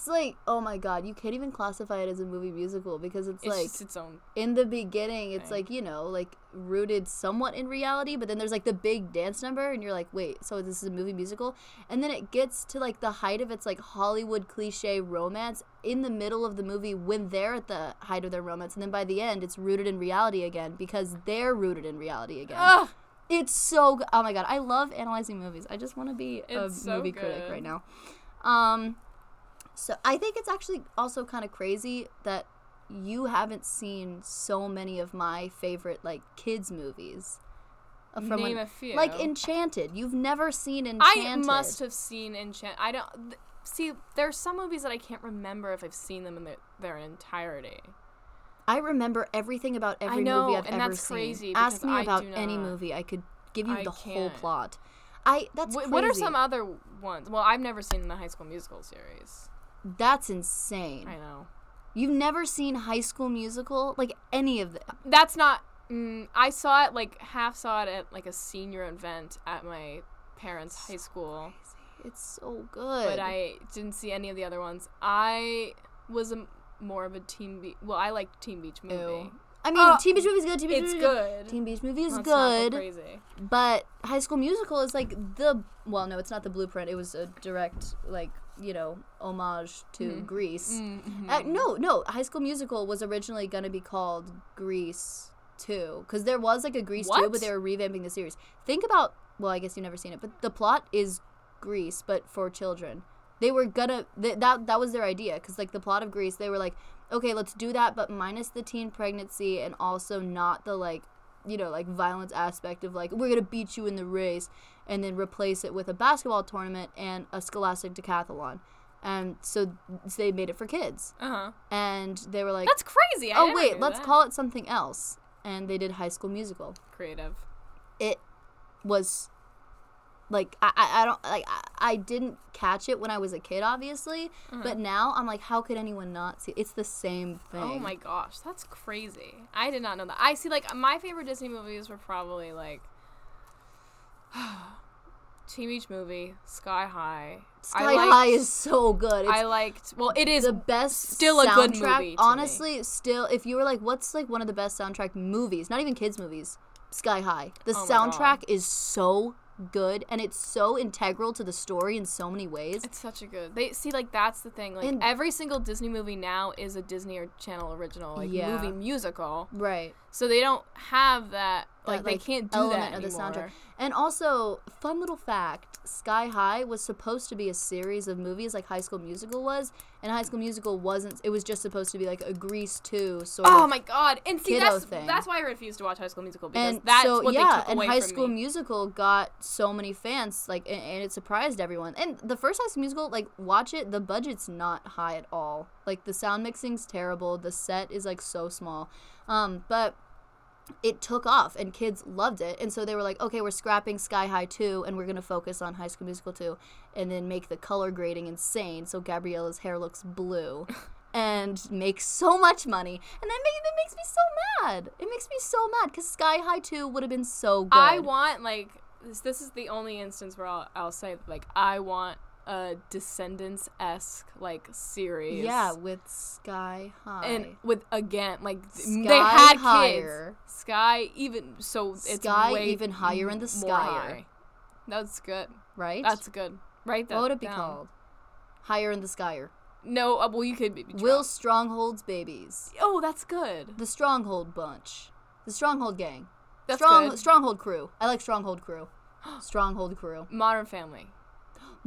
Speaker 1: like, oh my god, you can't even classify it as a movie musical because it's,
Speaker 2: It's
Speaker 1: like
Speaker 2: just its own.
Speaker 1: in the beginning, it's
Speaker 2: thing.
Speaker 1: like you know, like rooted somewhat in reality, but then there's like the big dance number, and you're like, wait, so this is a movie musical, and then it gets to like the height of its like Hollywood cliche romance in the middle of the movie when they're at the height of their romance, and then by the end, it's rooted in reality again because they're rooted in reality again.
Speaker 2: Ugh,
Speaker 1: It's so good. Oh my god, I love analyzing movies. I just want to be a
Speaker 2: It's so
Speaker 1: movie critic
Speaker 2: good.
Speaker 1: right now. Um so I think it's actually also kind of crazy that you haven't seen so many of my favorite like kids movies. Uh, From
Speaker 2: name
Speaker 1: when-
Speaker 2: a few.
Speaker 1: like Enchanted. You've never seen Enchanted.
Speaker 2: I must have seen Enchant. I don't th- see. There are some movies that I can't remember if I've seen them in their, their entirety.
Speaker 1: I remember everything about every
Speaker 2: know,
Speaker 1: movie I've
Speaker 2: and
Speaker 1: ever
Speaker 2: that's
Speaker 1: seen.
Speaker 2: crazy
Speaker 1: Ask
Speaker 2: because
Speaker 1: me
Speaker 2: I
Speaker 1: about
Speaker 2: do
Speaker 1: any
Speaker 2: not.
Speaker 1: movie, I could give you
Speaker 2: I
Speaker 1: the whole
Speaker 2: can't.
Speaker 1: plot. I that's
Speaker 2: Wh- what are
Speaker 1: crazy.
Speaker 2: some other ones? Well, I've never seen the High School Musical series.
Speaker 1: That's insane.
Speaker 2: I know
Speaker 1: You've never seen High School Musical, like any of them.
Speaker 2: that's not. Mm, I saw it like half saw it at like a senior event at my parents' high school,
Speaker 1: It's so good.
Speaker 2: but I didn't see any of the other ones. I was a, more of a Teen Beach. Well, I like Teen Beach movie.
Speaker 1: Ew. I mean,
Speaker 2: Oh,
Speaker 1: Teen Beach Movie's good. Teen Beach
Speaker 2: It's
Speaker 1: Movie's
Speaker 2: good.
Speaker 1: Teen Beach Movie is
Speaker 2: Let's not go
Speaker 1: good,
Speaker 2: crazy.
Speaker 1: but High School Musical is like the well, no, it's not the blueprint. It was a direct like you know homage to
Speaker 2: Mm-hmm.
Speaker 1: Grease. Uh, no, no, High School Musical was originally gonna be called Grease Two because there was like a Grease Two, but
Speaker 2: What?
Speaker 1: they were revamping the series. Think about well, I guess you've never seen it, but the plot is Grease, but for children. They were gonna th- that that was their idea because like the plot of Grease, they were like, okay, let's do that, but minus the teen pregnancy and also not the like you know like violence aspect of like we're gonna beat you in the race and then replace it with a basketball tournament and a scholastic decathlon and so they made it for kids.
Speaker 2: Uh huh.
Speaker 1: And they were like,
Speaker 2: That's crazy. I
Speaker 1: "Oh
Speaker 2: never
Speaker 1: wait,
Speaker 2: knew
Speaker 1: let's
Speaker 2: that.
Speaker 1: call it something else." And they did High School Musical.
Speaker 2: creative.
Speaker 1: It was like I, I, I don't like I, I didn't catch it when I was a kid, obviously.
Speaker 2: Uh-huh.
Speaker 1: But now I'm like, how could anyone not see? It's the same thing.
Speaker 2: Oh my gosh, that's crazy. I did not know that. I see, like, my favorite Disney movies were probably like Team Each Movie, Sky High.
Speaker 1: Sky
Speaker 2: I liked,
Speaker 1: High is so good. It's
Speaker 2: I liked. Well, it is.
Speaker 1: the best
Speaker 2: still a good
Speaker 1: soundtrack.
Speaker 2: movie to me.
Speaker 1: honestly still if you were like what's like one of the best soundtrack movies not even kids movies sky high the
Speaker 2: Oh my
Speaker 1: soundtrack is so good and it's so integral to the story in so many ways
Speaker 2: It's such a good. They see, like, that's the thing. Like,
Speaker 1: And-
Speaker 2: every single Disney movie now is a Disney or Channel original, like
Speaker 1: Yeah.
Speaker 2: movie musical.
Speaker 1: right
Speaker 2: So they don't have that. Like,
Speaker 1: That,
Speaker 2: they
Speaker 1: Uh, like,
Speaker 2: can't do
Speaker 1: element of
Speaker 2: that
Speaker 1: the
Speaker 2: anymore.
Speaker 1: soundtrack. and also fun little fact sky high was supposed to be a series of movies like high school musical was and high school musical wasn't it was just supposed to be like a grease 2 sort
Speaker 2: Oh
Speaker 1: of
Speaker 2: my god! And see,
Speaker 1: kiddo
Speaker 2: that's
Speaker 1: thing.
Speaker 2: that's why I refuse to watch High School Musical because
Speaker 1: and
Speaker 2: that's
Speaker 1: so
Speaker 2: what they
Speaker 1: yeah
Speaker 2: took
Speaker 1: and
Speaker 2: away
Speaker 1: high
Speaker 2: from
Speaker 1: school
Speaker 2: me.
Speaker 1: musical got so many fans like and, and it surprised everyone and the first high school musical like watch it the budget's not high at all like the sound mixing's terrible the set is like so small um but it took off and kids loved it and so they were like okay we're scrapping sky high 2 and we're going to focus on high school musical 2 and then make the color grading insane so gabriella's hair looks blue and make so much money and that make, it makes me so mad it makes me so mad because sky high 2 would have been so good
Speaker 2: I want like this. This is the only instance where I'll, I'll say like I want a Descendants esque like series.
Speaker 1: yeah with sky high
Speaker 2: and with again like th-
Speaker 1: Sky
Speaker 2: they had
Speaker 1: higher.
Speaker 2: kids. Sky even so it's
Speaker 1: Sky
Speaker 2: way
Speaker 1: even higher in the
Speaker 2: more
Speaker 1: skyer.
Speaker 2: high. That's good.
Speaker 1: right
Speaker 2: That's good. Right.
Speaker 1: what would it be called higher in the skyer
Speaker 2: No. Uh, well, you could. Be,
Speaker 1: will strongholds babies
Speaker 2: Oh, that's good.
Speaker 1: the Stronghold bunch, the Stronghold gang,
Speaker 2: That's
Speaker 1: Strong
Speaker 2: good.
Speaker 1: Stronghold crew. I like Stronghold crew. Stronghold crew.
Speaker 2: Modern Family.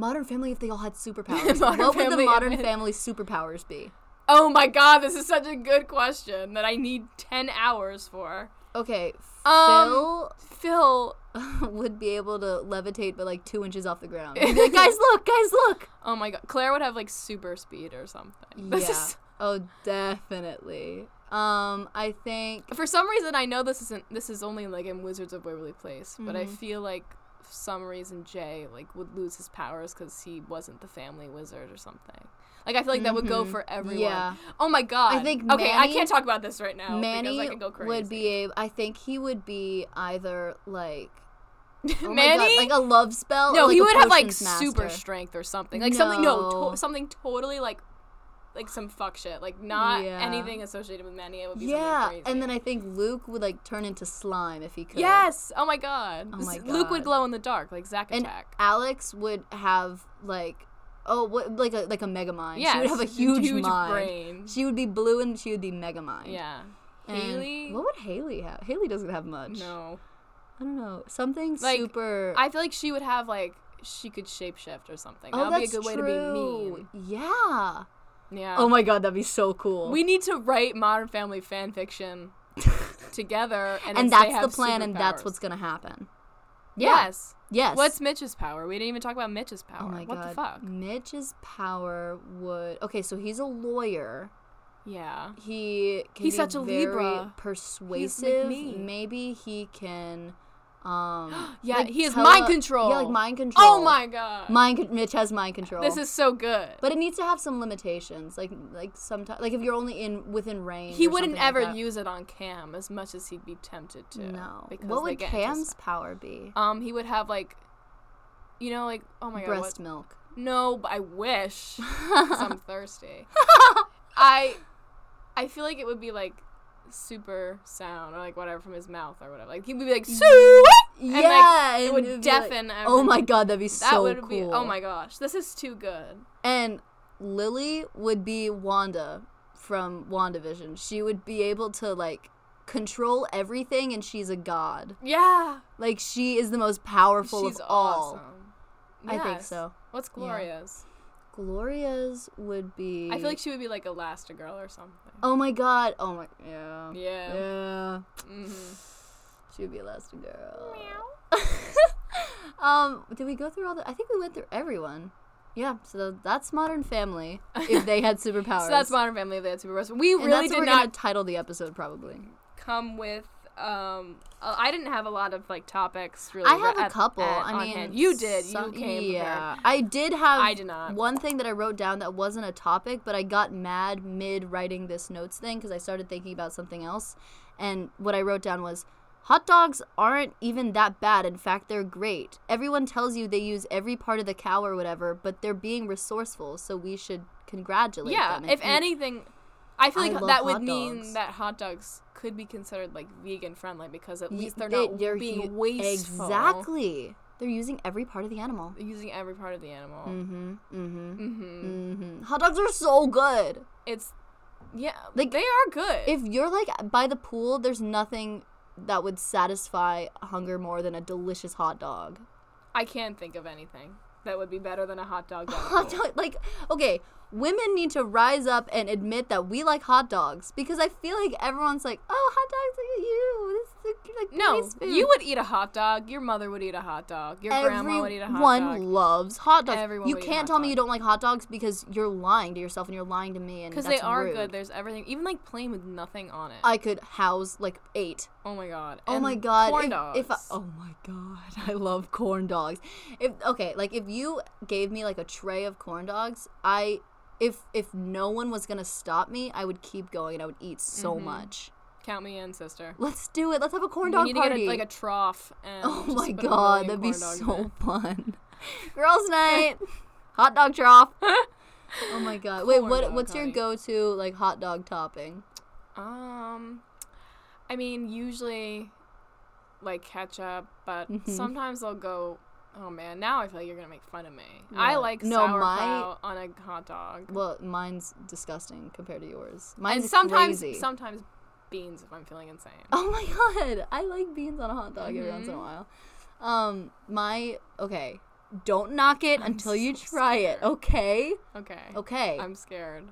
Speaker 1: Modern Family. If they all had superpowers,
Speaker 2: Modern
Speaker 1: what would the
Speaker 2: Family,
Speaker 1: Modern
Speaker 2: if it-
Speaker 1: Family superpowers be?
Speaker 2: Oh my god, this is such a good question that I need 10 hours for.
Speaker 1: Okay,
Speaker 2: Um, Phil,
Speaker 1: Phil would be able to levitate, but like two inches off the ground. He'd be like, guys, look, guys, look.
Speaker 2: oh my god, Claire would have like super speed or something. This
Speaker 1: yeah.
Speaker 2: is
Speaker 1: Oh, definitely. Um, I think
Speaker 2: for some reason I know this isn't this is only like in Wizards of Waverly Place, but
Speaker 1: Mm-hmm.
Speaker 2: I feel like for some reason Jay like would lose his powers cuz he wasn't the family wizard or something. Like I feel like that would go for everyone.
Speaker 1: Mm-hmm. Yeah.
Speaker 2: Oh my god.
Speaker 1: think
Speaker 2: Okay, I
Speaker 1: Manny-
Speaker 2: can't talk about this right now because I
Speaker 1: Manny
Speaker 2: could go crazy.
Speaker 1: would be. A, I think he would be either like. Oh my God,
Speaker 2: Manny
Speaker 1: like a love spell.
Speaker 2: No,
Speaker 1: or like
Speaker 2: he
Speaker 1: a
Speaker 2: would have like
Speaker 1: potions master.
Speaker 2: super strength or something. Like something no,
Speaker 1: No.
Speaker 2: to- something totally like like some fuck shit. Like not
Speaker 1: Yeah.
Speaker 2: anything associated with Manny. It would be
Speaker 1: Yeah,
Speaker 2: something crazy.
Speaker 1: and then I think Luke would like turn into slime if he could.
Speaker 2: yes. Oh my god.
Speaker 1: Oh
Speaker 2: This-
Speaker 1: my
Speaker 2: Luke would
Speaker 1: God.
Speaker 2: glow in the dark like Zack
Speaker 1: and
Speaker 2: Attack.
Speaker 1: Alex would have like oh what like a like a mega mind.
Speaker 2: Yeah.
Speaker 1: she would have a huge, mind.
Speaker 2: brain.
Speaker 1: She would be blue and she would be mega mind.
Speaker 2: yeah.
Speaker 1: And
Speaker 2: Haley.
Speaker 1: What would Haley have? Haley doesn't have much.
Speaker 2: No.
Speaker 1: I don't know. Something
Speaker 2: Like,
Speaker 1: super.
Speaker 2: I feel like she would have like she could shapeshift or something.
Speaker 1: oh,
Speaker 2: that would be a
Speaker 1: that's
Speaker 2: good way to be mean.
Speaker 1: true. Yeah.
Speaker 2: Yeah.
Speaker 1: Oh my god, that'd be so cool.
Speaker 2: we need to write Modern Family fan fiction together, and,
Speaker 1: and
Speaker 2: it's they
Speaker 1: that's the
Speaker 2: have
Speaker 1: plan, and that's
Speaker 2: superpowers.
Speaker 1: what's gonna happen.
Speaker 2: yes.
Speaker 1: Yes.
Speaker 2: What's Mitch's power? We didn't even talk about Mitch's
Speaker 1: Oh
Speaker 2: power.
Speaker 1: my
Speaker 2: what
Speaker 1: god.
Speaker 2: the fuck?
Speaker 1: Mitch's power would okay, so he's a lawyer.
Speaker 2: Yeah.
Speaker 1: He can
Speaker 2: He's
Speaker 1: be
Speaker 2: such a
Speaker 1: very
Speaker 2: Libra.
Speaker 1: persuasive.
Speaker 2: me.
Speaker 1: Maybe he can um
Speaker 2: Yeah,
Speaker 1: like,
Speaker 2: he has
Speaker 1: tele-
Speaker 2: mind control.
Speaker 1: Yeah, like mind control.
Speaker 2: Oh my god.
Speaker 1: Mind con- Mitch has mind control.
Speaker 2: This is so good.
Speaker 1: but it needs to have some limitations. Like like sometimes like if you're only in within range.
Speaker 2: he
Speaker 1: or
Speaker 2: wouldn't
Speaker 1: something like
Speaker 2: ever
Speaker 1: that.
Speaker 2: use it on Cam as much as he'd be tempted to.
Speaker 1: No.
Speaker 2: because
Speaker 1: What
Speaker 2: they
Speaker 1: would
Speaker 2: get into
Speaker 1: Cam's
Speaker 2: stuff.
Speaker 1: power be?
Speaker 2: Um, he would have like, you know, like oh my god, what-
Speaker 1: Breast milk.
Speaker 2: No, but I wish. 'cause I'm thirsty. I, I feel like it would be like super sound or like whatever from his mouth or whatever. Like he would be like, "Sue!" and, like,
Speaker 1: yeah,
Speaker 2: it
Speaker 1: and
Speaker 2: would
Speaker 1: it'd be like-
Speaker 2: deafen.
Speaker 1: Oh my
Speaker 2: everyone.
Speaker 1: god, that'd be
Speaker 2: That
Speaker 1: so
Speaker 2: would
Speaker 1: cool.
Speaker 2: be. Oh my gosh, this is too good.
Speaker 1: And Lily would be Wanda from WandaVision. She would be able to like control everything and she's a god.
Speaker 2: Yeah,
Speaker 1: Like she is the most powerful
Speaker 2: she's
Speaker 1: of all.
Speaker 2: awesome.
Speaker 1: I think
Speaker 2: Yes.
Speaker 1: so.
Speaker 2: What's Gloria's?
Speaker 1: Gloria's would be
Speaker 2: I feel like she would be like Elastigirl or something.
Speaker 1: Mm. Oh my god. Oh my yeah.
Speaker 2: Yeah.
Speaker 1: Yeah.
Speaker 2: Mhm.
Speaker 1: She would be Elastigirl. um, did we go through all the I think we went through everyone. Yeah, so that's Modern Family. If they had superpowers,
Speaker 2: So that's Modern Family. They had superpowers. We
Speaker 1: And
Speaker 2: really
Speaker 1: that's what
Speaker 2: did
Speaker 1: we're
Speaker 2: not
Speaker 1: gonna title the episode probably.
Speaker 2: come with. Um, uh, I didn't have a lot of like topics. Really,
Speaker 1: I have
Speaker 2: re-
Speaker 1: a
Speaker 2: at-
Speaker 1: couple.
Speaker 2: at-
Speaker 1: I
Speaker 2: on
Speaker 1: mean,
Speaker 2: hand. you did.
Speaker 1: some-
Speaker 2: you came. prepared.
Speaker 1: Yeah, I did have.
Speaker 2: I did not.
Speaker 1: One thing that I wrote down that wasn't a topic, but I got mad mid writing this notes thing because I started thinking about something else, and what I wrote down was. Hot dogs aren't even that bad. In fact, they're great. Everyone tells you they use every part of the cow or whatever, but they're being resourceful, so we should congratulate
Speaker 2: Yeah.
Speaker 1: them. and
Speaker 2: If
Speaker 1: eat
Speaker 2: anything, I feel
Speaker 1: I
Speaker 2: like
Speaker 1: love
Speaker 2: that would
Speaker 1: hot
Speaker 2: mean
Speaker 1: dogs.
Speaker 2: that hot dogs could be considered like vegan friendly because at
Speaker 1: Ye-
Speaker 2: least they're
Speaker 1: they-
Speaker 2: not
Speaker 1: they're
Speaker 2: being
Speaker 1: u-
Speaker 2: wasteful.
Speaker 1: Exactly. They're using every part of the animal.
Speaker 2: Using every part of the animal.
Speaker 1: Mm-hmm. Mm-hmm.
Speaker 2: hmm
Speaker 1: Mm-hmm. Hot dogs are so good.
Speaker 2: It's yeah.
Speaker 1: Like,
Speaker 2: they are good.
Speaker 1: If you're like by the pool, there's nothing that would satisfy hunger more than a delicious hot dog.
Speaker 2: I can't think of anything that would be better than a hot dog. down the
Speaker 1: Hot
Speaker 2: hole.
Speaker 1: dog, like, okay, women need to rise up and admit that we like hot dogs because I feel like everyone's like, oh, hot dogs, look at you. This is like, like
Speaker 2: No,
Speaker 1: nice food."
Speaker 2: you would eat a hot dog. Your mother would eat a hot dog. Your grandma would eat a hot
Speaker 1: Everyone
Speaker 2: dog.
Speaker 1: loves hot dogs.
Speaker 2: Everyone
Speaker 1: you
Speaker 2: would eat a
Speaker 1: can't
Speaker 2: hot
Speaker 1: tell me
Speaker 2: dog.
Speaker 1: you don't like hot dogs because you're lying to yourself and you're lying to me. And
Speaker 2: Because
Speaker 1: because
Speaker 2: they are
Speaker 1: rude.
Speaker 2: good. There's everything, even like plain with nothing on it.
Speaker 1: I could house like eight.
Speaker 2: oh my god.
Speaker 1: Oh
Speaker 2: And
Speaker 1: my god!
Speaker 2: Corn
Speaker 1: if,
Speaker 2: dogs.
Speaker 1: if I, oh my god, I love corn dogs. If okay, like if you gave me like a tray of corn dogs, I if if no one was gonna stop me, I would keep going and I would eat so much.
Speaker 2: Count me in, sister.
Speaker 1: Let's do it. Let's have a corn
Speaker 2: Mm-hmm. We
Speaker 1: dog
Speaker 2: need to
Speaker 1: party.
Speaker 2: get a, like a trough. And
Speaker 1: Oh
Speaker 2: just
Speaker 1: my
Speaker 2: put a
Speaker 1: god,
Speaker 2: million
Speaker 1: that'd be
Speaker 2: corn dogs
Speaker 1: so
Speaker 2: in it.
Speaker 1: fun. Girls' night, hot dog trough. oh my god. Wait,
Speaker 2: Corn
Speaker 1: what?
Speaker 2: dog
Speaker 1: What's your
Speaker 2: party.
Speaker 1: go-to like hot dog topping?
Speaker 2: Um, I mean, usually, like ketchup, but
Speaker 1: Mhm.
Speaker 2: sometimes I'll go. Oh man, now I feel like you're gonna make fun of me. I
Speaker 1: What?
Speaker 2: like
Speaker 1: No, my-
Speaker 2: sauerkraut on a hot dog,
Speaker 1: Well, mine's disgusting compared to yours.
Speaker 2: and
Speaker 1: Mine's
Speaker 2: sometimes
Speaker 1: crazy.
Speaker 2: sometimes beans if I'm feeling insane.
Speaker 1: Oh my god, I like beans on a hot dog every once in a
Speaker 2: Mhm.
Speaker 1: while. Um, my okay, don't knock it
Speaker 2: I'm
Speaker 1: until you
Speaker 2: so
Speaker 1: try it.
Speaker 2: scared.
Speaker 1: Okay,
Speaker 2: Okay,
Speaker 1: okay.
Speaker 2: I'm scared.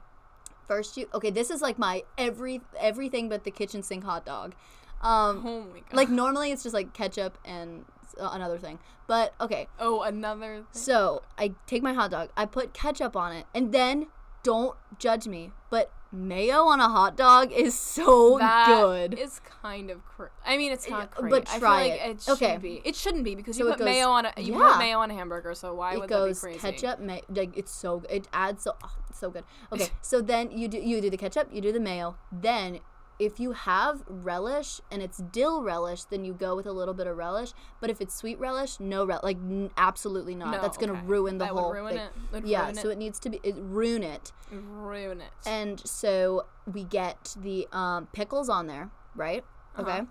Speaker 1: First, you okay. This is like my every everything but the kitchen sink hot dog. Um,
Speaker 2: Oh my god.
Speaker 1: like normally it's just like ketchup and uh, another thing but okay
Speaker 2: oh another. Thing.
Speaker 1: so i take my hot dog i put ketchup on it and then don't judge me but mayo on a hot dog is so
Speaker 2: That
Speaker 1: good
Speaker 2: is kind of cra I mean, it's not
Speaker 1: but
Speaker 2: crazy. I feel
Speaker 1: try
Speaker 2: like
Speaker 1: it.
Speaker 2: it should
Speaker 1: Okay.
Speaker 2: be. It shouldn't be because
Speaker 1: So
Speaker 2: you
Speaker 1: it
Speaker 2: put
Speaker 1: goes-
Speaker 2: mayo on a you
Speaker 1: yeah.
Speaker 2: put mayo on a hamburger. So why
Speaker 1: it
Speaker 2: would
Speaker 1: goes
Speaker 2: that be crazy?
Speaker 1: ketchup mayo like it's so it adds so oh, it's so good okay so then you do you do the ketchup you do the mayo then if you have relish and it's dill relish then you go with a little bit of relish but if it's sweet relish no re- like n- absolutely not
Speaker 2: No,
Speaker 1: that's gonna
Speaker 2: okay.
Speaker 1: ruin the
Speaker 2: that
Speaker 1: whole
Speaker 2: would ruin
Speaker 1: thing
Speaker 2: it. Would
Speaker 1: yeah
Speaker 2: ruin
Speaker 1: so
Speaker 2: it.
Speaker 1: it needs to be it, ruin it
Speaker 2: ruin it.
Speaker 1: and so we get the um, pickles on there right okay
Speaker 2: Uh-huh.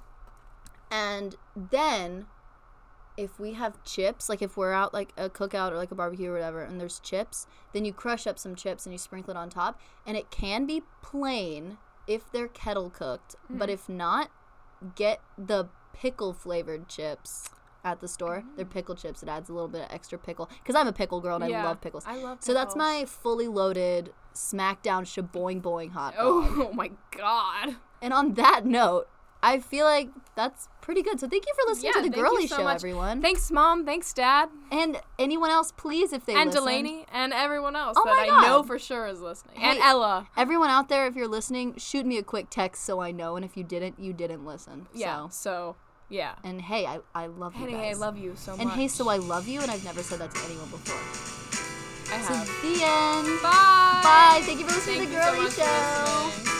Speaker 1: and then if we have chips like if we're out like a cookout or like a barbecue or whatever and there's chips then you crush up some chips and you sprinkle it on top and it can be plain if they're kettle cooked
Speaker 2: Hmm.
Speaker 1: but if not get the pickle flavored chips at the store
Speaker 2: Mm-hmm.
Speaker 1: they're pickle chips it adds a little bit of extra pickle because i'm a pickle girl and
Speaker 2: Yeah,
Speaker 1: i love pickles
Speaker 2: I love.
Speaker 1: so that's
Speaker 2: pickles.
Speaker 1: my fully loaded SmackDown shaboing boing hot dog.
Speaker 2: Oh, oh my god!
Speaker 1: And on that note, I feel like that's pretty good. So thank you for listening
Speaker 2: Yeah,
Speaker 1: to the
Speaker 2: thank you
Speaker 1: Girly
Speaker 2: so
Speaker 1: Show,
Speaker 2: much.
Speaker 1: everyone.
Speaker 2: Thanks, mom. Thanks, dad,
Speaker 1: and anyone else, please, if they
Speaker 2: and
Speaker 1: listen.
Speaker 2: Delaney, and everyone else
Speaker 1: Oh
Speaker 2: that
Speaker 1: my
Speaker 2: I
Speaker 1: God.
Speaker 2: know for sure is listening,
Speaker 1: Hey.
Speaker 2: and Ella.
Speaker 1: Everyone out there, if you're listening, shoot me a quick text so I know. And if you didn't, you didn't listen.
Speaker 2: Yeah. So,
Speaker 1: So.
Speaker 2: yeah.
Speaker 1: And hey, I, I love you
Speaker 2: Hey,
Speaker 1: guys.
Speaker 2: hey, I love you so
Speaker 1: and
Speaker 2: much.
Speaker 1: hey, so I love you, and I've never said that to anyone before.
Speaker 2: I
Speaker 1: So
Speaker 2: have.
Speaker 1: the end.
Speaker 2: Bye.
Speaker 1: Bye. Thank you for listening
Speaker 2: Thank
Speaker 1: to
Speaker 2: you
Speaker 1: the Girly
Speaker 2: so much for
Speaker 1: Show.
Speaker 2: listening.